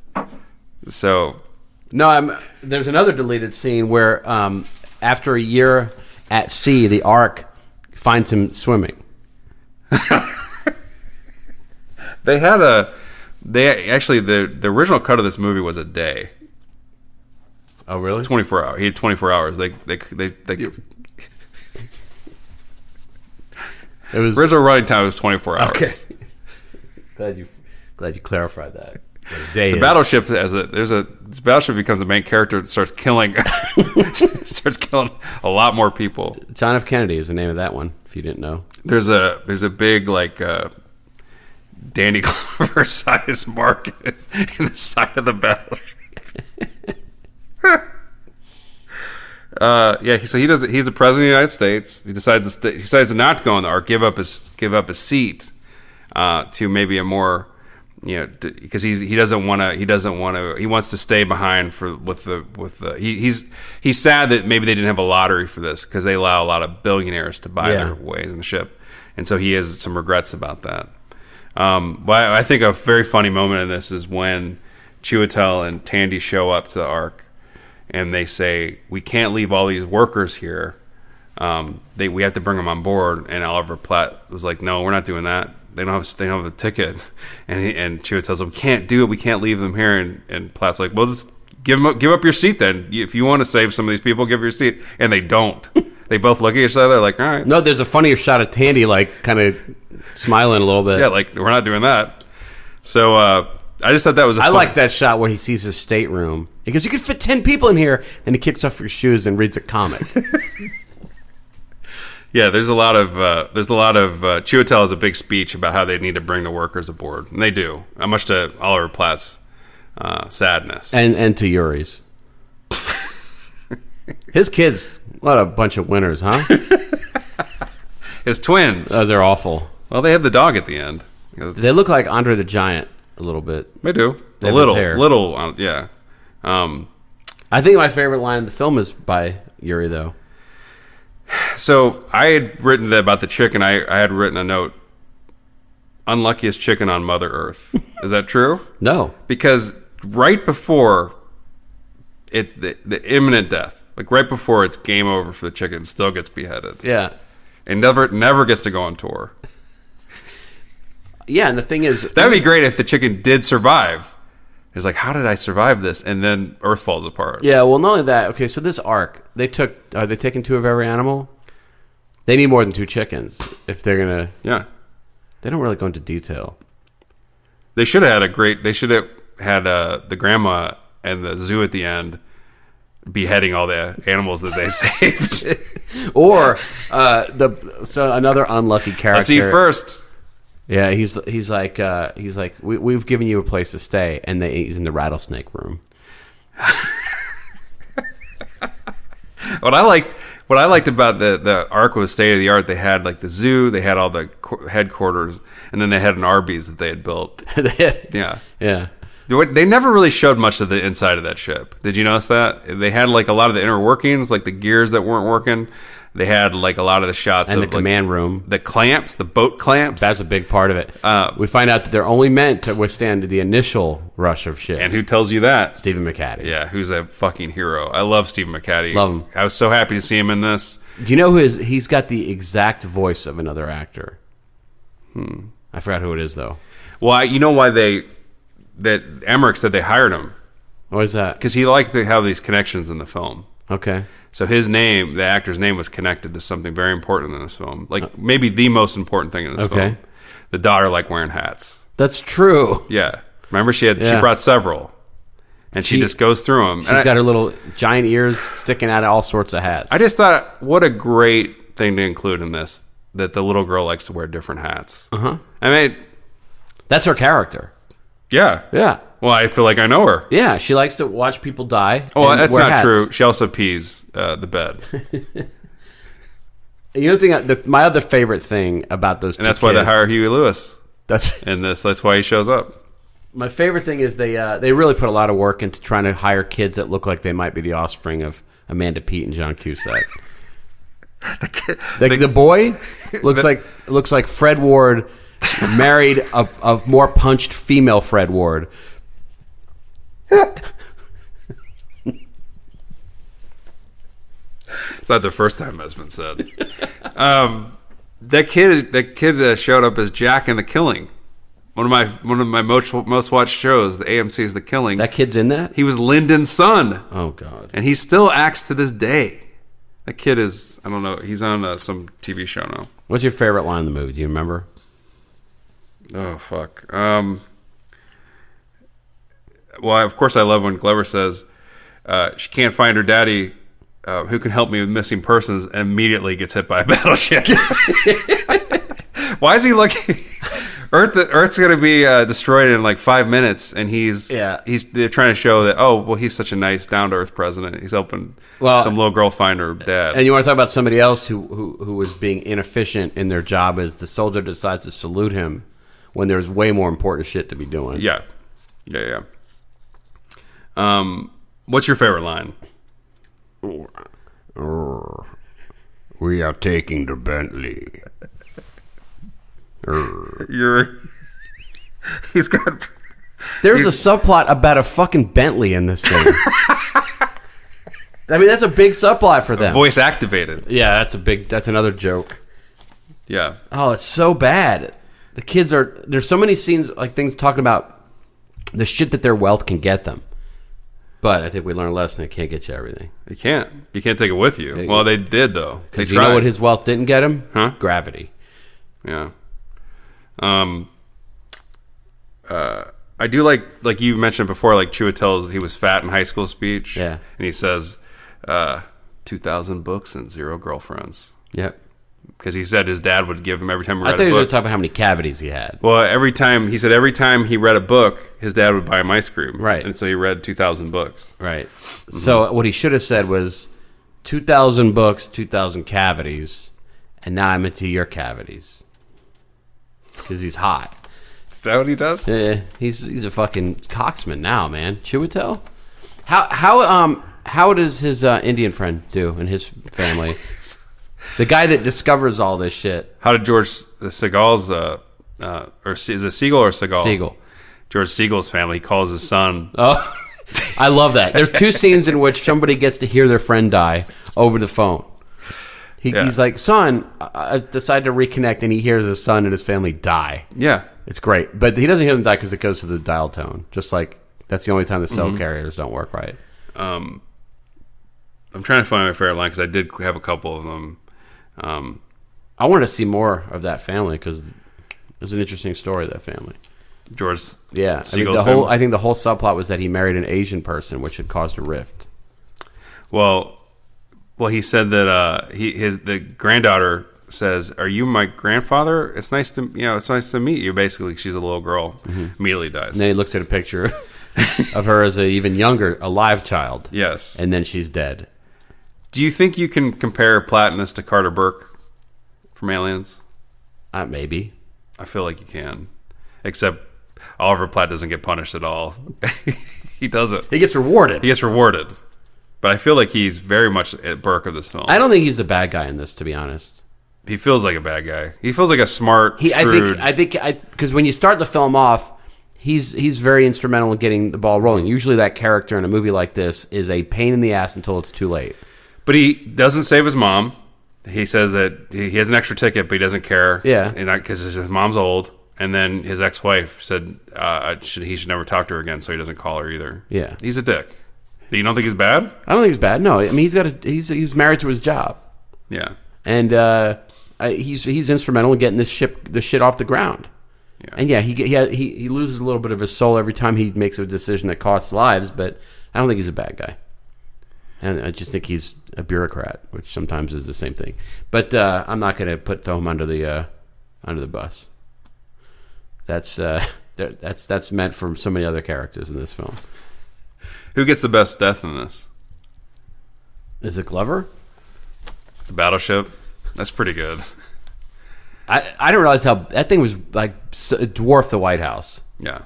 So
No, I'm, there's another deleted scene where um, after a year at sea, the Ark finds him swimming.
They had a they actually the the original cut of this movie was a day,
Oh, really?
twenty four hour. He had twenty four hours. They they they, they
It was
original running time was twenty four hours.
okay. (laughs) glad you glad you clarified that. What a day
The
is.
battleship as a there's a this battleship becomes a main character and starts killing (laughs) starts killing a lot more people.
John F. Kennedy is the name of that one. If you didn't know,
There's a there's a big like uh, Danny (laughs) Glover size mark in the side of the battleship. uh, yeah, so he does. He's the president of the United States. He decides to sta- he decides to not go on the ark, give up his give up his seat uh, to maybe a more you know because he's he doesn't want to he doesn't want to he wants to stay behind for with the with the he, he's he's sad that maybe they didn't have a lottery for this because they allow a lot of billionaires to buy
Yeah.
their ways in the ship, and so he has some regrets about that. Um, but I, I think a very funny moment in this is when Chiwetel and Tandy show up to the Ark, and they say, "We can't leave all these workers here. Um, they we have to bring them on board." And Oliver Platt was like, "No, we're not doing that. They don't have they don't have a ticket." (laughs) And he, and Chiwetel's like, "We can't do it. We can't leave them here." And, and Platt's like, "Well, just give 'em up, give up your seat then. If you want to save some of these people, give your seat." And
(laughs)
they don't. they both look at each other like, "All right,
no. There's a funnier shot of Tandy like kind of smiling a little bit.
yeah, like we're not doing that." So uh, I just thought that was. I
I like that shot where he sees his stateroom. He goes, "You could fit ten people in here," and he kicks off your shoes and reads a (laughs) comic.
Yeah, there's a lot of uh, there's a lot of uh, Chiwetel has a big speech about how they need to bring the workers aboard, and they do, uh, much to Oliver Platt's uh, sadness.
and and to Yuri's. His kids, what a bunch of winners, (laughs) huh?
His twins,
oh, they're awful.
well, they have the dog at the end. They
They look like Andre the Giant a little bit.
do
They
a
have his
little,
hair.
little, uh, yeah. Um,
I think my favorite line in the film is by Yuri, though.
so I had written that about the chicken. I, I had written a note: unluckiest chicken on Mother Earth. Is that true?
No,
because right before it's the, the imminent death, like right before it's game over for the chicken, still gets beheaded
yeah,
and never never gets to go on tour.
yeah. And the thing is,
That would be great if the chicken did survive. It's like, how did I survive this? And then Earth falls apart.
yeah. Well, not only that. Okay, so this arc, they took. Are they taking two of every animal? They need more than two chickens if they're gonna.
Yeah.
They don't really go into detail.
They should have had a great. They should have had uh, the grandma and the zoo at the end beheading all the animals that
(laughs)
they (laughs) saved.
Or uh, the so another unlucky character.
Let's eat first.
Yeah, he's he's like uh, he's like we, we've given you a place to stay, and they he's in the rattlesnake room. (laughs)
What I liked, what I liked about the the Ark was state of the art. They had like the zoo, they had all the qu- headquarters, and then they had an Arby's that they had built. Yeah,
yeah,
They wa- they never really showed much of the inside of that ship. Did you notice that they had like a lot of the inner workings, like the gears that weren't working. They had like a lot of the shots
and the
of like,
command room.
the clamps, the boat clamps.
That's a big part of it.
Uh,
we find out that they're only meant to withstand the initial rush of shit.
and who tells you that?
Stephen McCaddy.
Yeah, who's a fucking hero? I love Stephen McCaddy.
Love him.
I was so happy to see him in this.
Do you know who is? He's got the exact voice of another actor. Hmm. I forgot who it is though.
Why? You know why they that Emmerich said they hired him
What is that?
because he liked to have these connections in the film.
Okay.
So his name, the actor's name, was connected to something very important in this film, like maybe the most important thing in this
Uh, Okay.
film. The daughter liked wearing hats.
That's true.
Yeah, remember she had she
Yeah.
brought several, and she,
She-
just goes through them.
She's got her little giant ears sticking out of all sorts of hats.
I just thought, what a great thing to include in this that the little girl likes to wear different hats. Uh-huh. I mean,
That's her character.
yeah.
Yeah.
Well, I feel like I know her.
Yeah, she likes to watch people die.
Oh,
and
that's
wear
not
hats.
true. She also pees uh,
(laughs)
the bed, and
The other thing, the, my other favorite thing about those, two
that's why they
kids-
hire Huey Lewis
That's
in this. That's why he shows up.
my favorite thing is they uh, they really put a lot of work into trying to hire kids that look like they might be the offspring of Amanda Pete and John Cusack. Like (laughs) the (laughs) boy looks like looks like Fred Ward married a, a more punched female Fred Ward.
It's not the first time that's been said. um, that kid, that kid that showed up as Jack in The Killing, one of my one of my most most watched shows. The AMC's The Killing.
That kid's in that.
he was Lyndon's son.
oh God,
and he still acts to this day. That kid is, I don't know, he's on uh, some TV show now.
what's your favorite line in the movie? Do you remember?
Oh, fuck. Um, well, of course, I love when Glover says uh, she can't find her daddy. Uh, who can help me with missing persons? And immediately gets hit by a (laughs) battleship. Why is he looking? (laughs) Earth, Earth's gonna be uh, destroyed in like five minutes, and he's
Yeah.
He's they're trying to show that oh well he's such a nice down to earth president. He's helping
Well-
some little girl find her dad.
And you want to talk about somebody else who, who who was being inefficient in their job as the soldier decides to salute him when there's way more important shit to be doing.
Yeah. Yeah, yeah. Um, what's your favorite line?
We are taking the Bentley.
Your (laughs)
(laughs)
He's got
There's a subplot about a fucking Bentley in
(laughs)
this thing. I mean, that's a big subplot for them.
voice activated.
yeah, that's a big. That's another joke.
Yeah.
Oh, it's so bad. The kids are. There's so many scenes like things talking about the shit that their wealth can get them. But I think we learned a lesson. It can't get you everything.
You can't. You can't take it with you. Well, they did though. They
Because you know
tried.
what his wealth didn't get him?
Huh?
Gravity.
Yeah. Um uh I do like like you mentioned before like Chua tells he was fat in high school speech.
Yeah.
And he says uh 2000 books and zero girlfriends
Yep.
because he said his dad would give him every time he
I
read
thought
a
you were
book.
talking about how many cavities he had.
Well, every time he said every time he read a book, his dad would buy him ice cream.
Right.
And so he read two thousand books.
Right. So what he should have said was, two thousand books, two thousand cavities, and now I'm into your cavities because he's hot.
Is that what he does?
Eh, he's he's a fucking coxman now, man. Chiwetel. How how um how does his uh, Indian friend do and his (laughs) family? the guy that discovers all this shit,
How did George Seagal's uh, uh or Se- is it Seagal or Seagal?
Siegel.
George Seagal's family calls his son.
Oh, I love that. There's two scenes in which somebody gets to hear their friend die over the phone. He,
Yeah.
He's like, son, I I decided to reconnect, and he hears his son and his family die.
Yeah.
It's great, but he doesn't hear them die because it goes to the dial tone. Just like that's the only time the cell
Mm-hmm.
carriers don't work right.
I'm trying to find my favorite line because I did have a couple of them. Um,
I want to see more of that family because it was an interesting story. That family,
George.
yeah. I, mean,
Seagal's
the whole,
family.
I think the whole subplot was that he married an Asian person, which had caused a rift.
Well, well, he said that uh, he his the granddaughter says, "Are you my grandfather? It's nice to you know, it's nice to meet you." Basically, she's a little girl.
Mm-hmm.
Immediately dies.
And then he looks at a picture (laughs) of her as an even younger, alive child.
Yes.
and then she's dead.
Do you think you can compare Platinus to Carter Burke from Aliens?
Uh, maybe.
I feel like you can, except Oliver Platt doesn't get punished at all. (laughs) he doesn't.
He gets rewarded.
He gets rewarded, but I feel like he's very much at Burke of this film.
I don't think he's the bad guy in this, to be honest.
He feels like a bad guy. He feels like a smart,
He, I
shrewd.
think, I think, I because when you start the film off, he's he's very instrumental in getting the ball rolling. Usually, that character in a movie like this is a pain in the ass until it's too late.
but he doesn't save his mom. He says that he he has an extra ticket, but he doesn't care.
Yeah.
because his mom's old. And then his ex-wife said uh, should, he should never talk to her again, so he doesn't call her either.
Yeah.
he's a dick. You don't think he's bad?
I don't think he's bad. No, I mean he's got a he's he's married to his job,
Yeah.
and uh, I, he's he's instrumental in getting this ship the shit off the ground. And yeah, he, get- he had- he he loses a little bit of his soul every time he makes a decision that costs lives, but I don't think he's a bad guy. And I just think he's a bureaucrat, which sometimes is the same thing. But uh, I'm not going to put throw him under the uh, under the bus. That's uh, (laughs) that- that's that's meant for so many other characters in this film.
Who gets the best death in this?
Is it Glover?
The battleship. That's pretty good.
I I didn't realize how that thing was like s- dwarfed the White House.
Yeah,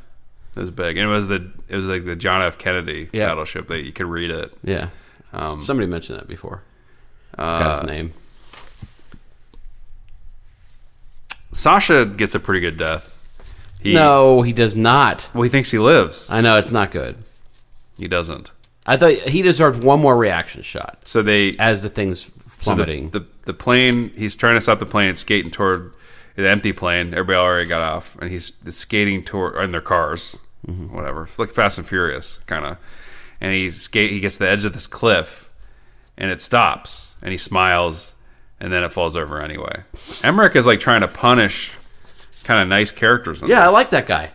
it was big. And it was the it was like the John F. Kennedy
Yeah.
battleship that you could read it.
Yeah.
Um,
Somebody mentioned that before. Uh, Forgot his name.
Sasha gets a pretty good death. He,
No, he does not.
Well, he thinks he lives.
I know it's not good.
He doesn't.
I thought he deserved one more reaction shot
So they
as the thing's
so the,
plummeting.
the the plane. He's trying to stop the plane. It's skating toward the empty plane. Everybody already got off, and he's it's skating toward or in their cars,
Mm-hmm.
whatever. It's like Fast and Furious kind of. And he skate. He gets to the edge of this cliff, and it stops. And he smiles, and then it falls over anyway. Emmerich is like trying to punish kind of nice characters. In
yeah, I
this.
like that guy.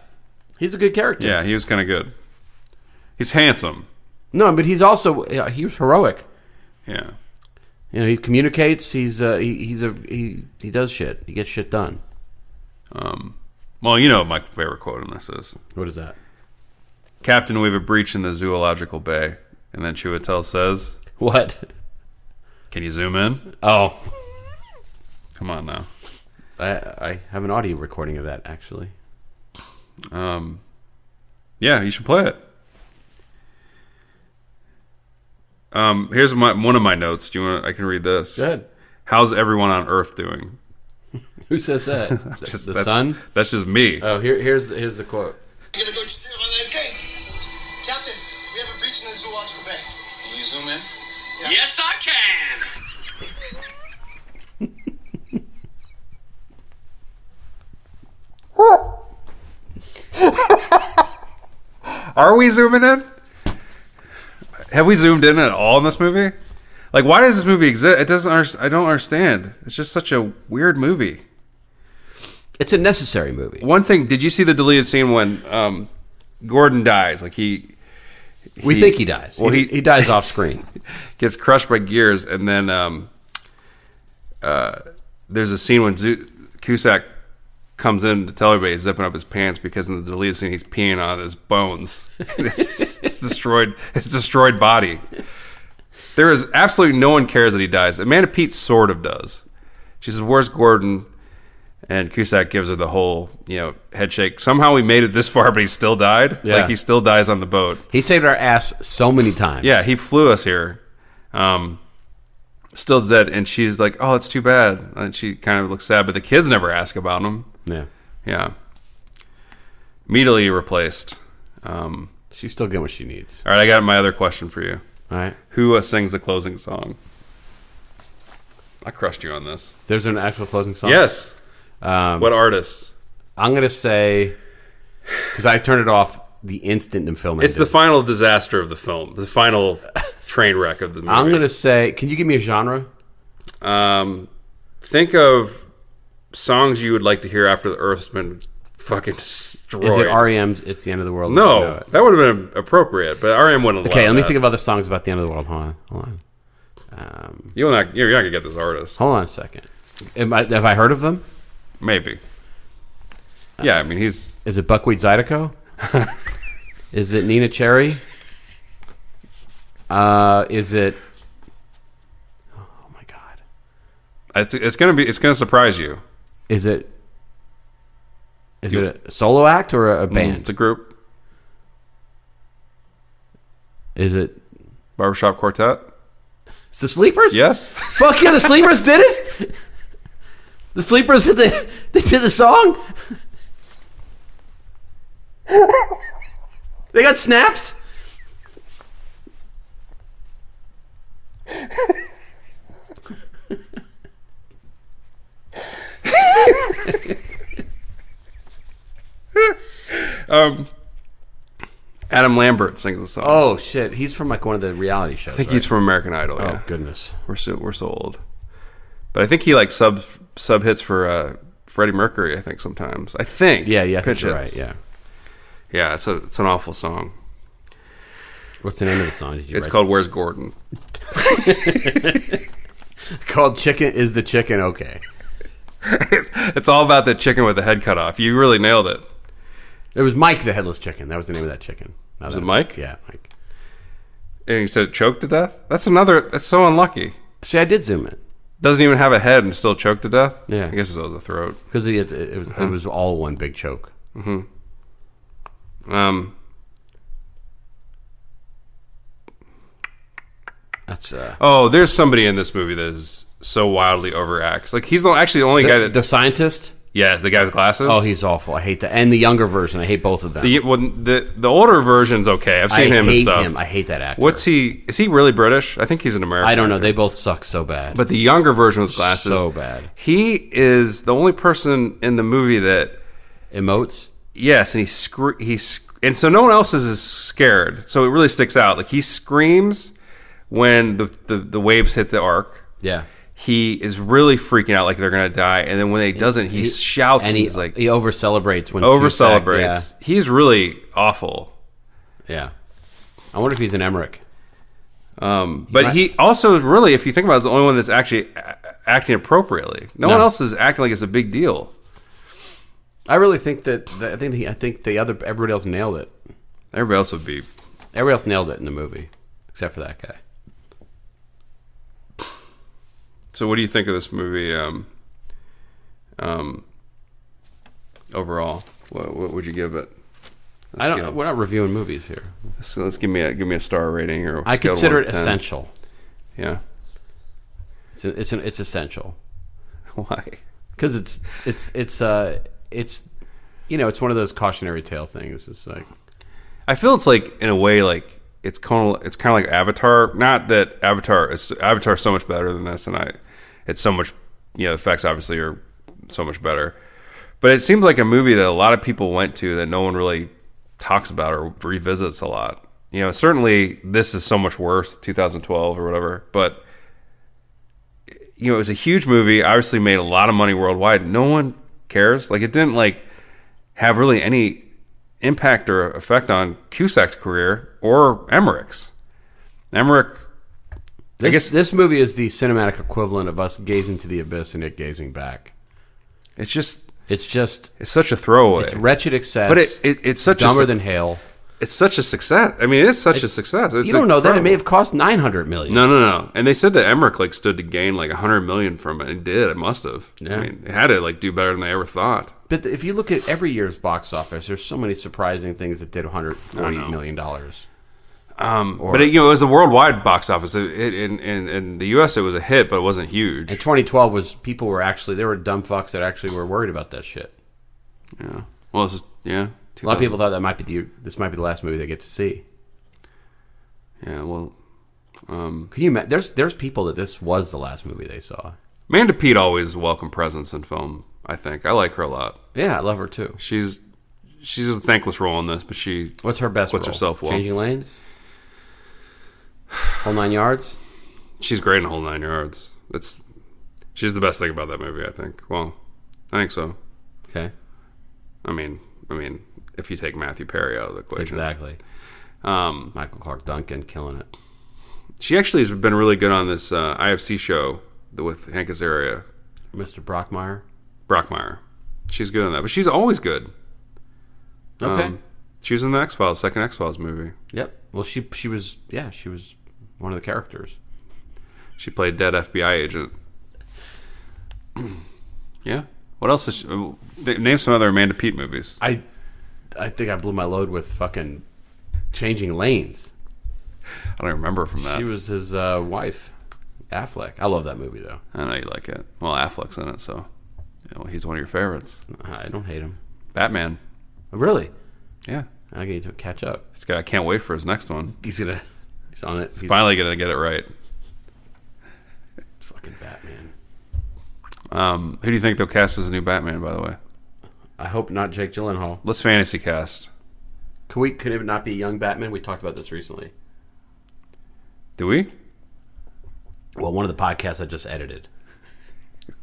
He's a good character.
Yeah, he was kind of good. He's handsome.
No, but he's also yeah, he was heroic.
Yeah.
You know, he communicates. He's uh, he, he's a he he does shit. He gets shit done.
Um, well, you know what my favorite quote in this is
What is that?
Captain, we have a breach in the zoological bay. And then Chiwetel says,
What?
Can you zoom in?
(laughs) Oh,
Come on now.
I I have an audio recording of that actually.
Um, yeah, you should play it. Um, here's my one of my notes. Do you want? I can read this.
Good.
How's everyone on Earth doing?
Who says
(laughs)
that?
Just-
the
that's-
sun.
That's just me.
Oh, here here's here's the quote.
You gotta go see if I'm that gate. Captain, we have a breach in the zoological bay. Can you zoom in?
Yes, I can.
Are we zooming in? Have we zoomed in at all in this movie? Like, why does this movie exist? It doesn't. under- I don't understand. It's just such a weird movie.
It's a necessary movie.
One thing. Did you see the deleted scene when um, Gordon dies? Like he
We think he dies.
Well,
he,
he-
he dies off screen.
gets crushed by gears, and then um, uh, there's a scene when Zu- Cusack comes in to tell everybody he's zipping up his pants because in the deleted scene he's peeing on his bones, (laughs) his, his destroyed his destroyed body. There is absolutely no one cares that he dies. Amanda Pete sort of does. She says, "Where's Gordon?" And Cusack gives her the whole, you know, head shake. Somehow we made it this far, but he still died.
Yeah.
Like he still dies on the boat.
(laughs) He saved our ass so many times.
Yeah, he flew us here. Um, still dead, and she's like, "Oh, it's too bad." And she kind of looks sad, but the kids never ask about him.
yeah.
Yeah, immediately replaced. Um,
She's still getting what she needs.
all right, I got my other question for you.
All right.
Who uh, sings the closing song? I crushed you on this.
There's an actual closing song.
Yes.
Um,
What artist?
I'm gonna say because I turned it off the instant the film.
It's the
ended.
final disaster of the film. The final train wreck of the movie.
I'm gonna say. Can you give me a genre?
Um, think of songs you would like to hear after the Earth's been fucking destroyed.
Is it REM's? It's the end of the world. I know
No, uh,
it.
that would have been appropriate, but RM wouldn't.
Okay, let me think
Of-
of other songs about the end of the world. Hold on, hold on, um,
you're not. You're not gonna get this artist.
hold on a second. Am I, have I heard of them?
Maybe. Yeah, I mean he's.
Is it Buckwheat
(laughs)
Zydeco? is it Nina Cherry? Uh, is it? Oh my God!
It's, it's gonna be. It's gonna surprise you.
Is it? Is it a solo act or a, a band?
Mm, It's a group
Is it?
barbershop quartet.
It's the Sleepers.
Yes. (laughs)
Fuck yeah, the Sleepers did it. The Sleepers (laughs) did the they did the song. They got snaps.
Adam Lambert sings the song.
Oh shit, he's from like one of the reality shows.
I think he's from American Idol.
Oh
yeah.
goodness.
We're so we're so old. But I think he like sub sub hits for uh, Freddie Mercury. I think sometimes. I think.
Yeah, yeah, I think
Pitch
you're
hits.
right. Yeah.
Yeah, it's a it's an awful song.
What's the name of the song? Did you
It's
write?
called Where's Gordon? (laughs)
called Chicken Is the Chicken Okay?
It's all about the chicken with the head cut off. You really nailed it.
It was Mike the Headless Chicken. That was the name of that chicken. was
it Mike?
Yeah, Mike.
And you said it choked to death? That's another, that's so unlucky.
See, I did zoom in
Doesn't even have a head and still choked to death?
Yeah.
I guess it was a throat.
because it, it was
Uh-huh.
it was all one big choke.
Um,
That's uh,
oh, there's somebody in this movie that is so wildly overacts. Like, he's the, actually the only guy
the,
that.
the scientist.
yeah, the guy with glasses.
Oh, he's awful. I hate that. And the younger version, I hate both of them.
The, when the, the older version's okay. I've
I
seen him
hate
and stuff.
him. I hate that actor.
What's he? Is he really British? I think he's an American.
I don't know.
actor.
They both suck so bad.
But the younger version with glasses,
So bad.
He is the only person in the movie that
emotes.
yes, and he scre- he sc- and so no one else is as scared. So it really sticks out. Like he screams when the the, the waves hit the arc.
Yeah.
He is really freaking out, like they're gonna die. And then when they doesn't, he, shouts
and
and
he,
he's like
he over celebrates when
over
Cusack-
celebrates. He's really awful.
Yeah, yeah. I wonder if he's an Emmerich.
Um, but
might-
he also really, if you think about, it, is the only one that's actually a- acting appropriately. No, one
No.
else is acting like it's a big deal.
I really think that, that I think the, I think the other everybody else nailed it.
Everybody else would be.
Everybody else nailed it in the movie except for that guy.
So, what do you think of this movie? Um, um, overall, what, what would you give it?
I don't.
Scale.
We're not reviewing movies here.
So let's give me a give me a star rating or
I
scale
consider
one
it
to 10.
essential.
Yeah. (laughs)
It's a, it's an, it's essential
Why?
because it's it's it's uh it's you know it's one of those cautionary tale things. It's like
I feel it's like in a way like it's kind of it's kind of like Avatar. Not that Avatar is Avatar so much better than this, and I it's so much you know effects obviously are so much better. But it seems like a movie that a lot of people went to that no one really talks about or revisits a lot. You know, certainly this is so much worse, 2012 or whatever. But you know, it was a huge movie. Obviously, made a lot of money worldwide. No one cares. Like it didn't like have really any impact or effect on Cusack's career or Emmerich's. Emmerich,
this,
guess-
this movie is the cinematic equivalent of us gazing to the abyss and it gazing back.
it's just
It's just
it's such a throwaway.
it's wretched excess.
but it, it it's such
dumber
a,
than hail.
it's such a success. I mean, it is such a success. It's
You don't know that it may
incredible.
have cost nine hundred million.
No, no, no. And they said that Emmerich like stood to gain like a hundred million from it. It did. It must have.
Yeah.
I mean, it had to like do better than they ever thought.
But if you look at every year's box office, there's so many surprising things that did 140 million dollars. Um,
but it, you know, it was a worldwide box office. It, it, in, in in the U.S., it was a hit, but it wasn't huge.
And 2012 was people were actually there were dumb fucks that actually were worried about that shit.
yeah. Well, it's just, yeah.
A lot of people thought that might be the this might be the last movie they get to see.
Yeah. Well,
Can you imagine? There's there's people that this was the last movie they saw.
Amanda Pete always is a welcome presence in film. I think I like her a lot.
Yeah, I love her too.
She's she's a thankless role in this, but she
What's her best?
What's
role?
herself, Will?
Changing lanes. Whole nine yards.
she's great in the whole nine yards. It's she's the best thing about that movie. I think. Well, I think so.
Okay,
I mean, I mean, if you take Matthew Perry out of the equation,
exactly.
Um,
Michael Clark Duncan killing it.
she actually has been really good on this uh, IFC show with Hank Azaria,
Mr. Brockmeyer.
Brockmeyer. She's good on that, but she's always good.
Okay.
Um, she was in the X Files, second X Files movie.
yep. Well, she she was yeah she was one of the characters.
She played dead FBI agent. (clears throat) yeah. What else is she, uh, name some other Amanda Pete movies?
I I think I blew my load with fucking changing lanes.
I don't remember from that.
She was his uh, wife, Affleck. I love that movie though.
I know you like it. Well, Affleck's in it, so you know, he's one of your favorites.
I don't hate him.
Batman.
Really?
Yeah.
I need to catch up.
It's got, I can't wait for his next one.
He's gonna. He's on it. He's
Finally going to get it right.
fucking Batman.
Um, who do you think they'll cast as the new Batman, by the way?
I hope not Jake Gyllenhaal.
Let's fantasy cast.
Could we? Could it not be young Batman? We talked about this recently.
Do we?
Well, one of the podcasts I just edited.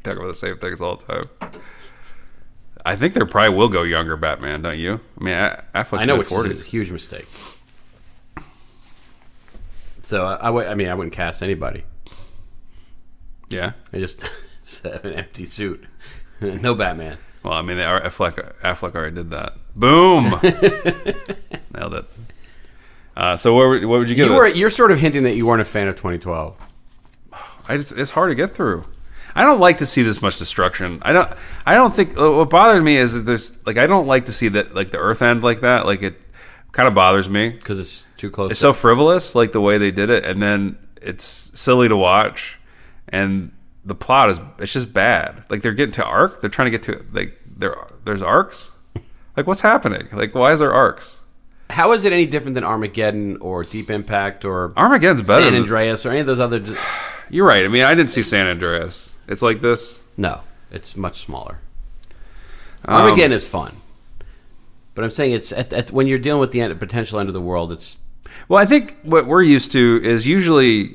Talk about the same things all the time. I think they probably will go younger Batman, don't you? I mean, A- Affleck's
I know
mid
which is a
40s.
huge mistake. So I, I, w- I mean, I wouldn't cast anybody.
Yeah.
I just, (laughs) just have an empty suit. (laughs) no Batman.
Well, I mean, they are, Affleck, Affleck already did that.
(laughs)
Boom! Nailed it. Uh, so what, were- what would you give
You were,
us?
you're sort of hinting that you weren't a fan of 2012.
I just, it's hard to get through. I don't like to see this much destruction. I don't. I don't think uh, what bothers me is that there's like I don't like to see that like the Earth end like that. Like it kind of bothers me.
because it's too close.
It's so frivolous, like the way they did it, and then it's silly to watch, and the plot is it's just bad. Like they're getting to arc. They're trying to get to like there there's arcs. Like what's happening? Like why is there arcs?
How is it any different than Armageddon or Deep Impact or
Armageddon's better.
San
than-
Andreas or any of those other? d-
You're right. I mean, I didn't see San Andreas. It's like this.
No, it's much smaller.
Um,
Armageddon is fun, but I'm saying it's at, at, when you're dealing with the end, potential end of the world. It's
Well, I think what we're used to is usually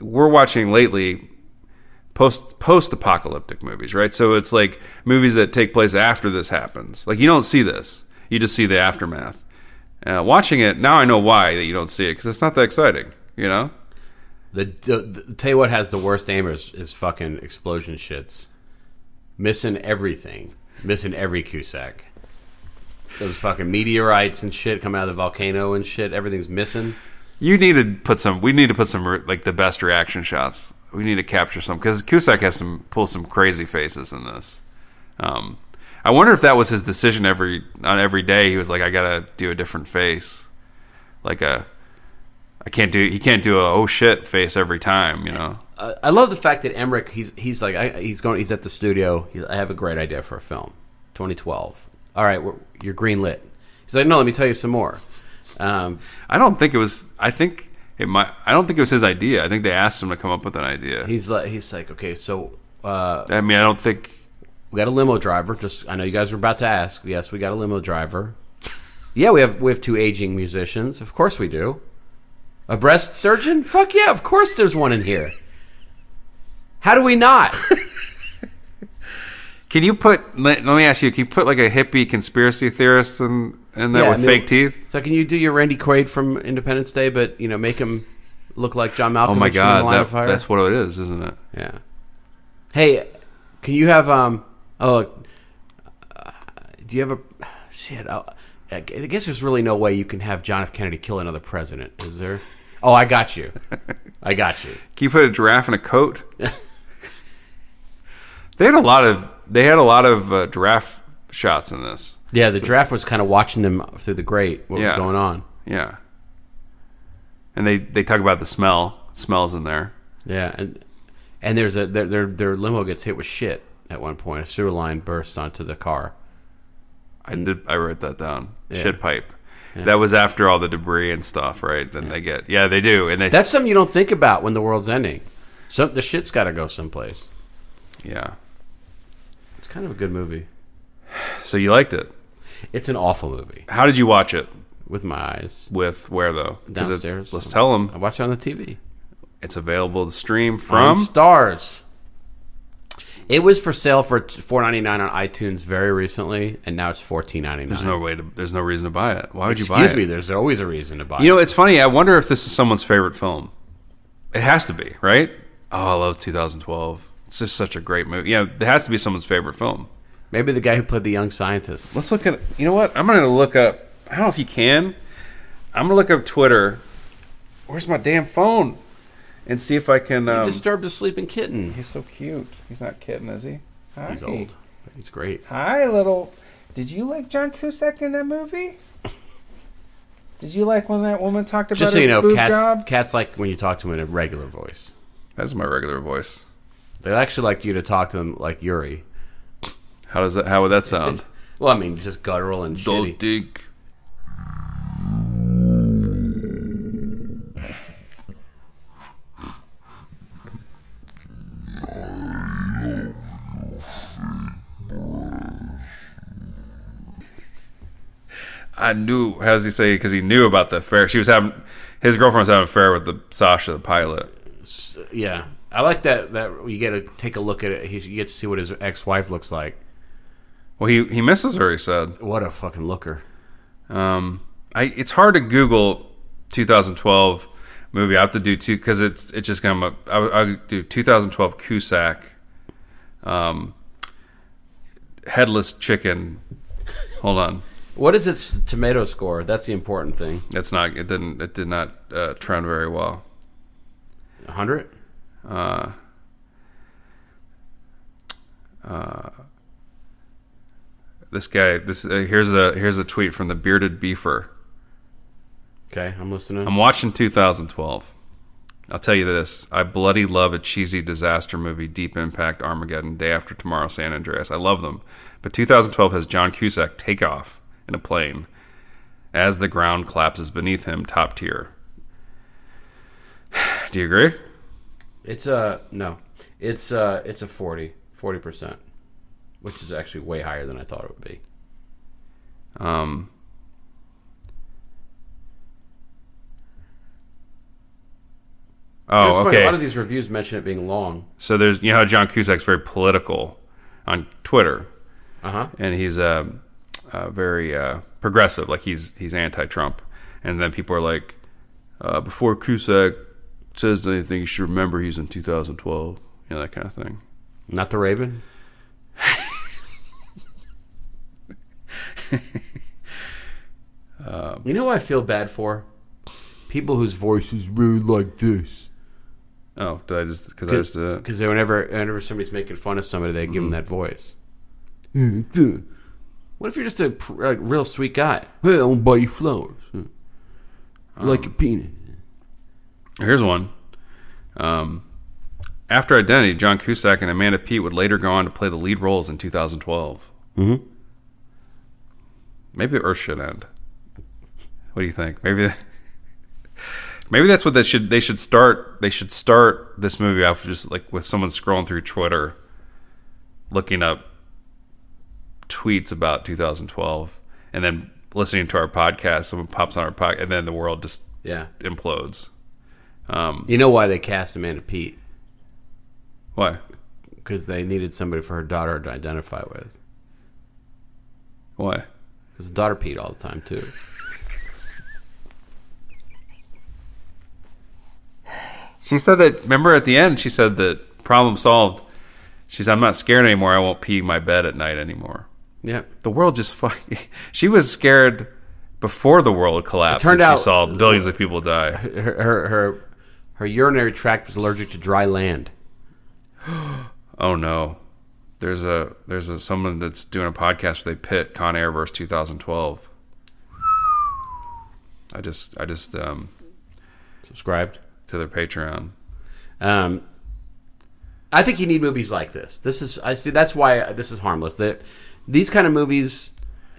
we're watching lately post post apocalyptic movies, right? So it's like movies that take place after this happens. Like you don't see this; you just see the aftermath. Uh, watching it now, I know why that you don't see it because it's not that exciting, you know.
the, the, the tell you what has the worst name is, is fucking explosion shits, missing everything, missing every Cusack. Those fucking meteorites and shit coming out of the volcano and shit. Everything's missing.
You need to put some. We need to put some re- like the best reaction shots. We need to capture some because Cusack has some pulls some crazy faces in this. Um, I wonder if that was his decision every on every day. He was like, I gotta do a different face, like a. I can't do. He can't do a oh shit face every time. You know.
I- I love the fact that Emmerich he's he's like I, he's going he's at the studio. He's, I have a great idea for a film, 2012. All right, we're, you're green lit. He's like, no, let me tell you some more. Um,
I don't think it was. I think it might. I don't think it was his idea. I think they asked him to come up with an idea.
he's like he's like, okay, so uh,
I mean, I don't think.
we got a limo driver. Just I know you guys were about to ask. Yes, we got a limo driver. Yeah, we have we have two aging musicians. Of course we do. A breast surgeon? Fuck yeah, of course there's one in here. How do we
(laughs)
not?
Can you put? Let, let me ask you. Can you put like a hippie conspiracy theorist in in that
Yeah,
with
and they-
fake teeth?
So can you do your Randy Quaid from Independence Day, but you know, make him look like John Malkovich
Oh my
from the
god,
Line
that,
of Fire?
that's what it is, isn't it?
yeah. Hey, can you have um? Oh, look, uh, do you have a shit? I'll, I gu- I guess there's really no way you can have John F. Kennedy kill another president, is there? Oh, I got you. I got you.
Can you put a giraffe in
(laughs)
a coat? they had a lot of they had a lot of uh, giraffe shots in this.
Yeah, the draft was kind of watching them through the grate. What
Yeah.
was going on?
Yeah, and they they talk about the smell. It smells in there.
Yeah, and and there's a their their, their limo gets hit with shit at one point. A sewer line bursts onto the car.
I
Mm.
did. I wrote that down. Shit pipe. That was after all the debris and stuff, right? Then they get yeah, they do, and they
That's something you don't think about when the world's ending. Some the shit's got to go someplace.
yeah.
It's kind of a good movie.
So you liked it.
It's an awful movie
How did you watch it?
with my eyes.
With where though? 'Cause it-
Downstairs.
let's tell
I
them
watch it on the TV
it's available to stream
on
from.
Stars. It was for sale for four ninety nine on iTunes very recently, and now it's fourteen ninety nine.
There's no way to. There's no reason to buy it. Why would you buy it?
Excuse me. There's always a reason to buy.
You know,
it.
it's funny. I wonder if this is someone's favorite film. It has to be, right? Oh, I love 2012. It's just such a great movie. Yeah, it has to be someone's favorite film.
maybe the guy who played the young scientist.
Let's look at. You know what? I'm going to look up. I don't know if you can. I'm going to look up Twitter. Where's my damn phone? And see if I can.
He
Um,
disturbed a sleeping kitten.
he's so cute. He's not kidding, is he? Hi.
He's old, but he's great.
Hi, little. Did you like John Cusack in that movie? Did you like when that woman talked about
Just so you know, cats cats like when you talk to them in a regular voice.
That's my regular voice.
They actually like you to talk to them like Yuri.
How does that? How would that sound?
Well, I mean, just guttural and shitty.
think. I knew. How does he say? Because he knew about the affair. She was having his girlfriend was having an affair with the Sasha, the pilot.
Yeah, I like that. That you get to take a look at it. He- You get to see what his ex-wife looks like.
Well, he he misses her. He said.
What a fucking looker!
Um, I it's hard to Google 2012 movie. I have to do two because it's it's just gonna. I, I do 2012 Cusack, um, headless chicken. Hold on,
What is its tomato score? That's the important thing.
that's not. It didn't. It did not uh, trend very well.
100?
This guy. This uh, here's a here's a tweet from the bearded beefer.
Okay, I'm listening.
I'm watching 2012. I'll tell you this: I bloody love a cheesy disaster movie, Deep Impact, Armageddon, Day After Tomorrow, San Andreas. I love them, but 2012 has John Cusack take off in a plane as the ground collapses beneath him. Top tier. (sighs) Do you agree?
It's a no. It's a it's a 40 40 percent, which is actually way higher than I thought it would be.
Um,
It's
oh,
funny,
okay.
A lot of these reviews mention it being long.
So there's you know how John Cusack's very political on Twitter,
Uh huh.
and he's uh, uh, very uh, progressive, like he's he's anti-Trump, and then people are like, uh, before Cusack says anything, you should remember he's in 2012, you know that kind of thing.
Not the
(laughs)
Raven.
Um,
you know what I feel bad for? People whose voices really like this.
Oh, did I just because I just did it?
Because whenever, whenever somebody's making fun of somebody, they
Mm-hmm.
give them that voice. Mm, What if you're just a pr- like, real sweet guy? Hey, I'll buy you flowers. like a peanut.
Here's one. Um, after Identity, John Cusack and Amanda Peet would later go on to play the lead roles in 2012. Mm-hmm. Maybe Earth should end. What do you think? Maybe, (laughs) maybe that's what they should. They should start. They should start this movie off just like with someone scrolling through Twitter, looking up tweets about 2012, and then listening to our podcast. Someone pops on our podcast, and then the world just
Yeah.
implodes.
You know why they cast Amanda Pete?
Why?
Because they needed somebody for her daughter to identify with.
Why?
Because daughter Pete all the time, too.
She said that. Remember at the end, she said that problem solved. She said, "I'm not scared anymore. I won't pee my bed at night anymore."
(laughs) Yeah.
The world just fucking. (laughs) She was scared before the world collapsed.
It turned
and she
out-
saw billions of people die.
Her, her, her, her urinary tract was allergic to dry land.
Oh no, there's a there's a someone that's doing a podcast where they pit Con Air versus 2012. I just I just um
Subscribed.
to their Patreon.
Um, I think you need movies like this. This is I see. That's why this is harmless. That these kind of movies,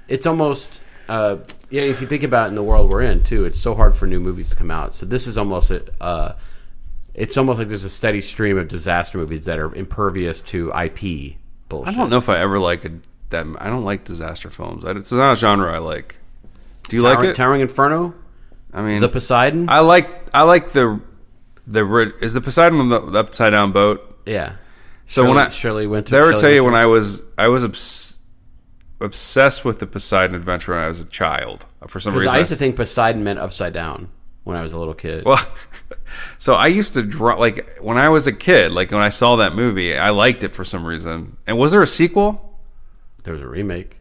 it's almost uh, yeah. If you think about it in the world we're in too, it's so hard for new movies to come out. So this is almost a. Uh, it's almost like there's a steady stream of disaster movies that are impervious to IP
I
bullshit.
don't know if I ever like a, that. I don't like disaster films. I- It's not a genre I like. Do you like
Towering,
it?
Towering Inferno,
I mean,
The Poseidon.
I like I like the the ri- is the Poseidon on the, the upside down boat.
yeah.
So
Shirley-
when I
Shirley Winter.
did I ever
Shirley
tell you when
Winters.
I was I was obs- obsessed with the Poseidon adventure when I was a child for some reason.
I used to think Poseidon meant upside down when I was a little kid.
(laughs) well, so I used to draw like when I was a kid. Like when I saw that movie, I liked it for some reason. And was there a sequel?
there was a remake.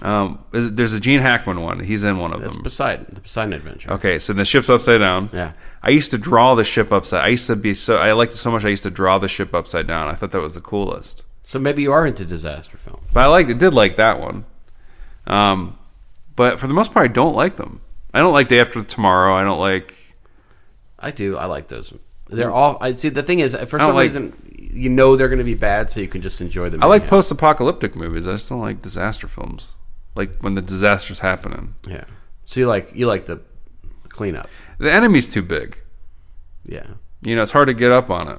Um, is- there's a Gene Hackman one. He's in one of
That's
them.
Poseidon. The Poseidon Adventure.
Um, Okay, so the ship's upside down.
Yeah.
I used to draw the ship upside. I used to be so. I liked it so much. I used to draw the ship upside down. I thought that was the coolest.
So maybe you are into disaster film.
But I like. Did like that one. Um, but for the most part, I don't like them. I don't like Day After Tomorrow. I don't like.
I do. I like those. They're all. I see. The thing is, uh, for some
like-
reason, you know they're going to be bad, so you can just enjoy them.
I like
anyhow.
post-apocalyptic movies. I just don't like disaster films. Like when the disaster's happening,
Yeah. So you like you like the cleanup.
the enemy's too big.
Yeah.
You know, it's hard to get up on it.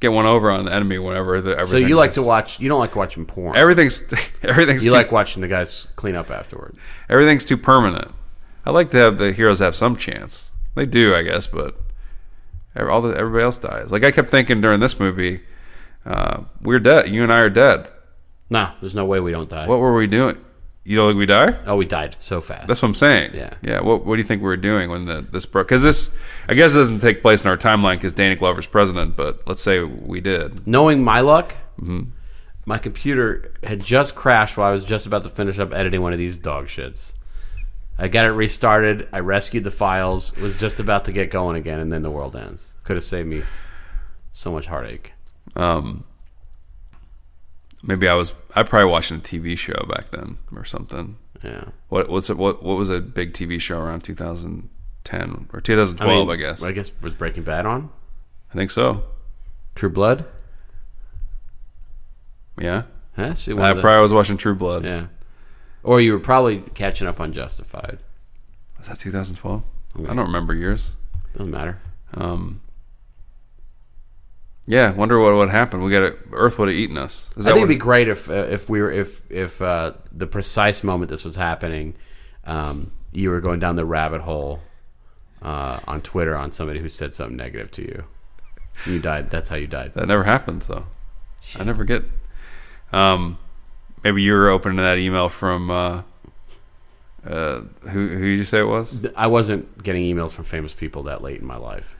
Get one over on the enemy whenever the.
So you like to watch. You don't like watching porn.
everything's (laughs) everything's
you
too
like watching the guys clean up afterward.
everything's too permanent. I like to have the heroes have some chance. They do, I guess, but ev- all the, everybody else dies. Like I kept thinking during this movie, uh, we're dead. You and I are dead.
No, there's no way we don't die.
What were we doing? You don't think we die?
Oh, we died so fast.
That's what I'm saying.
Yeah.
Yeah. What, what do you think we were doing when the, this broke? Because this, I guess, it doesn't take place in our timeline because Danny Glover's president, but let's say we did.
Knowing my luck,
Mm-hmm.
my computer had just crashed while I was just about to finish up editing one of these dog shits. I got it restarted. I rescued the files. Was just about to get going again, and then the world ends. Could have saved me so much heartache.
Um, maybe I was, I probably watching a TV show back then or something.
Yeah.
What what's it, what what was a big TV show around 2010 or 2012? I, guess.
I guess was Breaking Bad on
I think so.
True Blood.
Yeah.
Huh? See, one
I
of the-
probably was watching True Blood.
yeah. Or you were probably catching up on Justified.
Was that 2012? I don't remember years.
Doesn't matter.
Um, yeah, wonder what would happen. We got to Earth would have eaten us. Is
I think
what-
it'd be great if uh, if we were if if uh, the precise moment this was happening, um, you were going down the rabbit hole uh, on Twitter on somebody who said something negative to you. You died. That's how you died.
that never happens though. I never get. Um, maybe you were opening that email from uh, uh, who? Who did you say it was?
I wasn't getting emails from famous people that late in my life.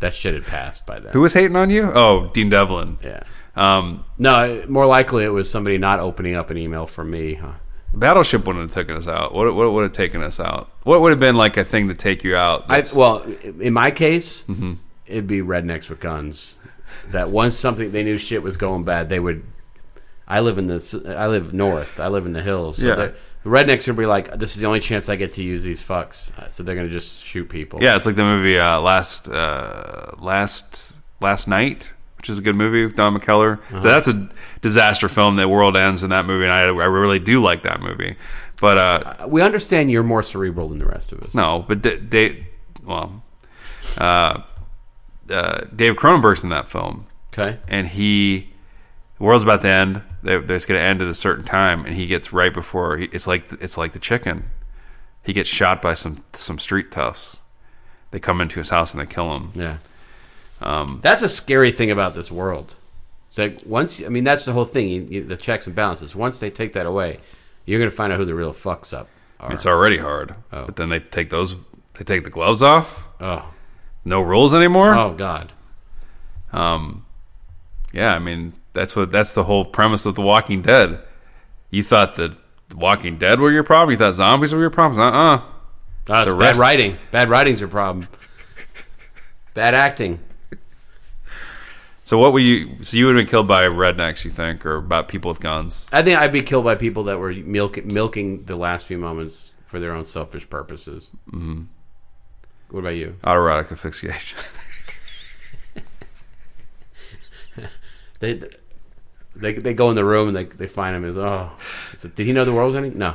That shit had passed by then.
Who was hating on you? Oh, Dean Devlin.
Yeah.
Um,
No, more likely it was somebody not opening up an email from me. Huh?
Battleship wouldn't have taken us out. What, what would have taken us out? What would have been like a thing to take you out?
I,
that's-
well, in my case,
Mm-hmm.
it'd be rednecks with guns. That once something they knew shit was going bad, they would. I live in this. I live north. I live in the hills. So
Yeah.
the the rednecks would be like, "This is the only chance I get to use these fucks." Uh, So they're gonna just shoot people.
Yeah, it's like the movie uh, last uh, last last night, which is a good movie with Don McKellar. So that's a disaster film. The world ends in that movie, and I, I really do like that movie. But uh,
we understand you're more cerebral than the rest of us.
no, but Da- Da- well, uh, uh, Dave Cronenberg's in that film,
Okay.
and he the world's about to end. They, it's going to end at a certain time, and he gets right before. He, it's like it's like the chicken. He gets shot by some some street toughs. They come into his house and they kill him.
Yeah.
Um,
that's a scary thing about this world. It's like once I mean that's the whole thing. You, you, the checks and balances. Once they take that away, you're gonna find out who the real fucks up are.
It's already hard. But then they take those they take the gloves off.
oh.
No rules anymore. Um,
Oh God.
Yeah, I mean that's what that's the whole premise of The Walking Dead. You thought that The Walking Dead were your problem. You thought zombies were your problems. Uh uh
Ah, it's
a
bad
rest-
writing. Bad writing's your problem. bad acting.
So what would you? So you would have been killed by rednecks, you think, or about people with guns?
I think I'd be killed by people that were milk- milking the last few moments for their own selfish purposes. Mm-hmm. What about you?
Autoerotic asphyxiation. (laughs)
They, they, they go in the room and they, they find him as oh, it's a- did he know the world was ending? No,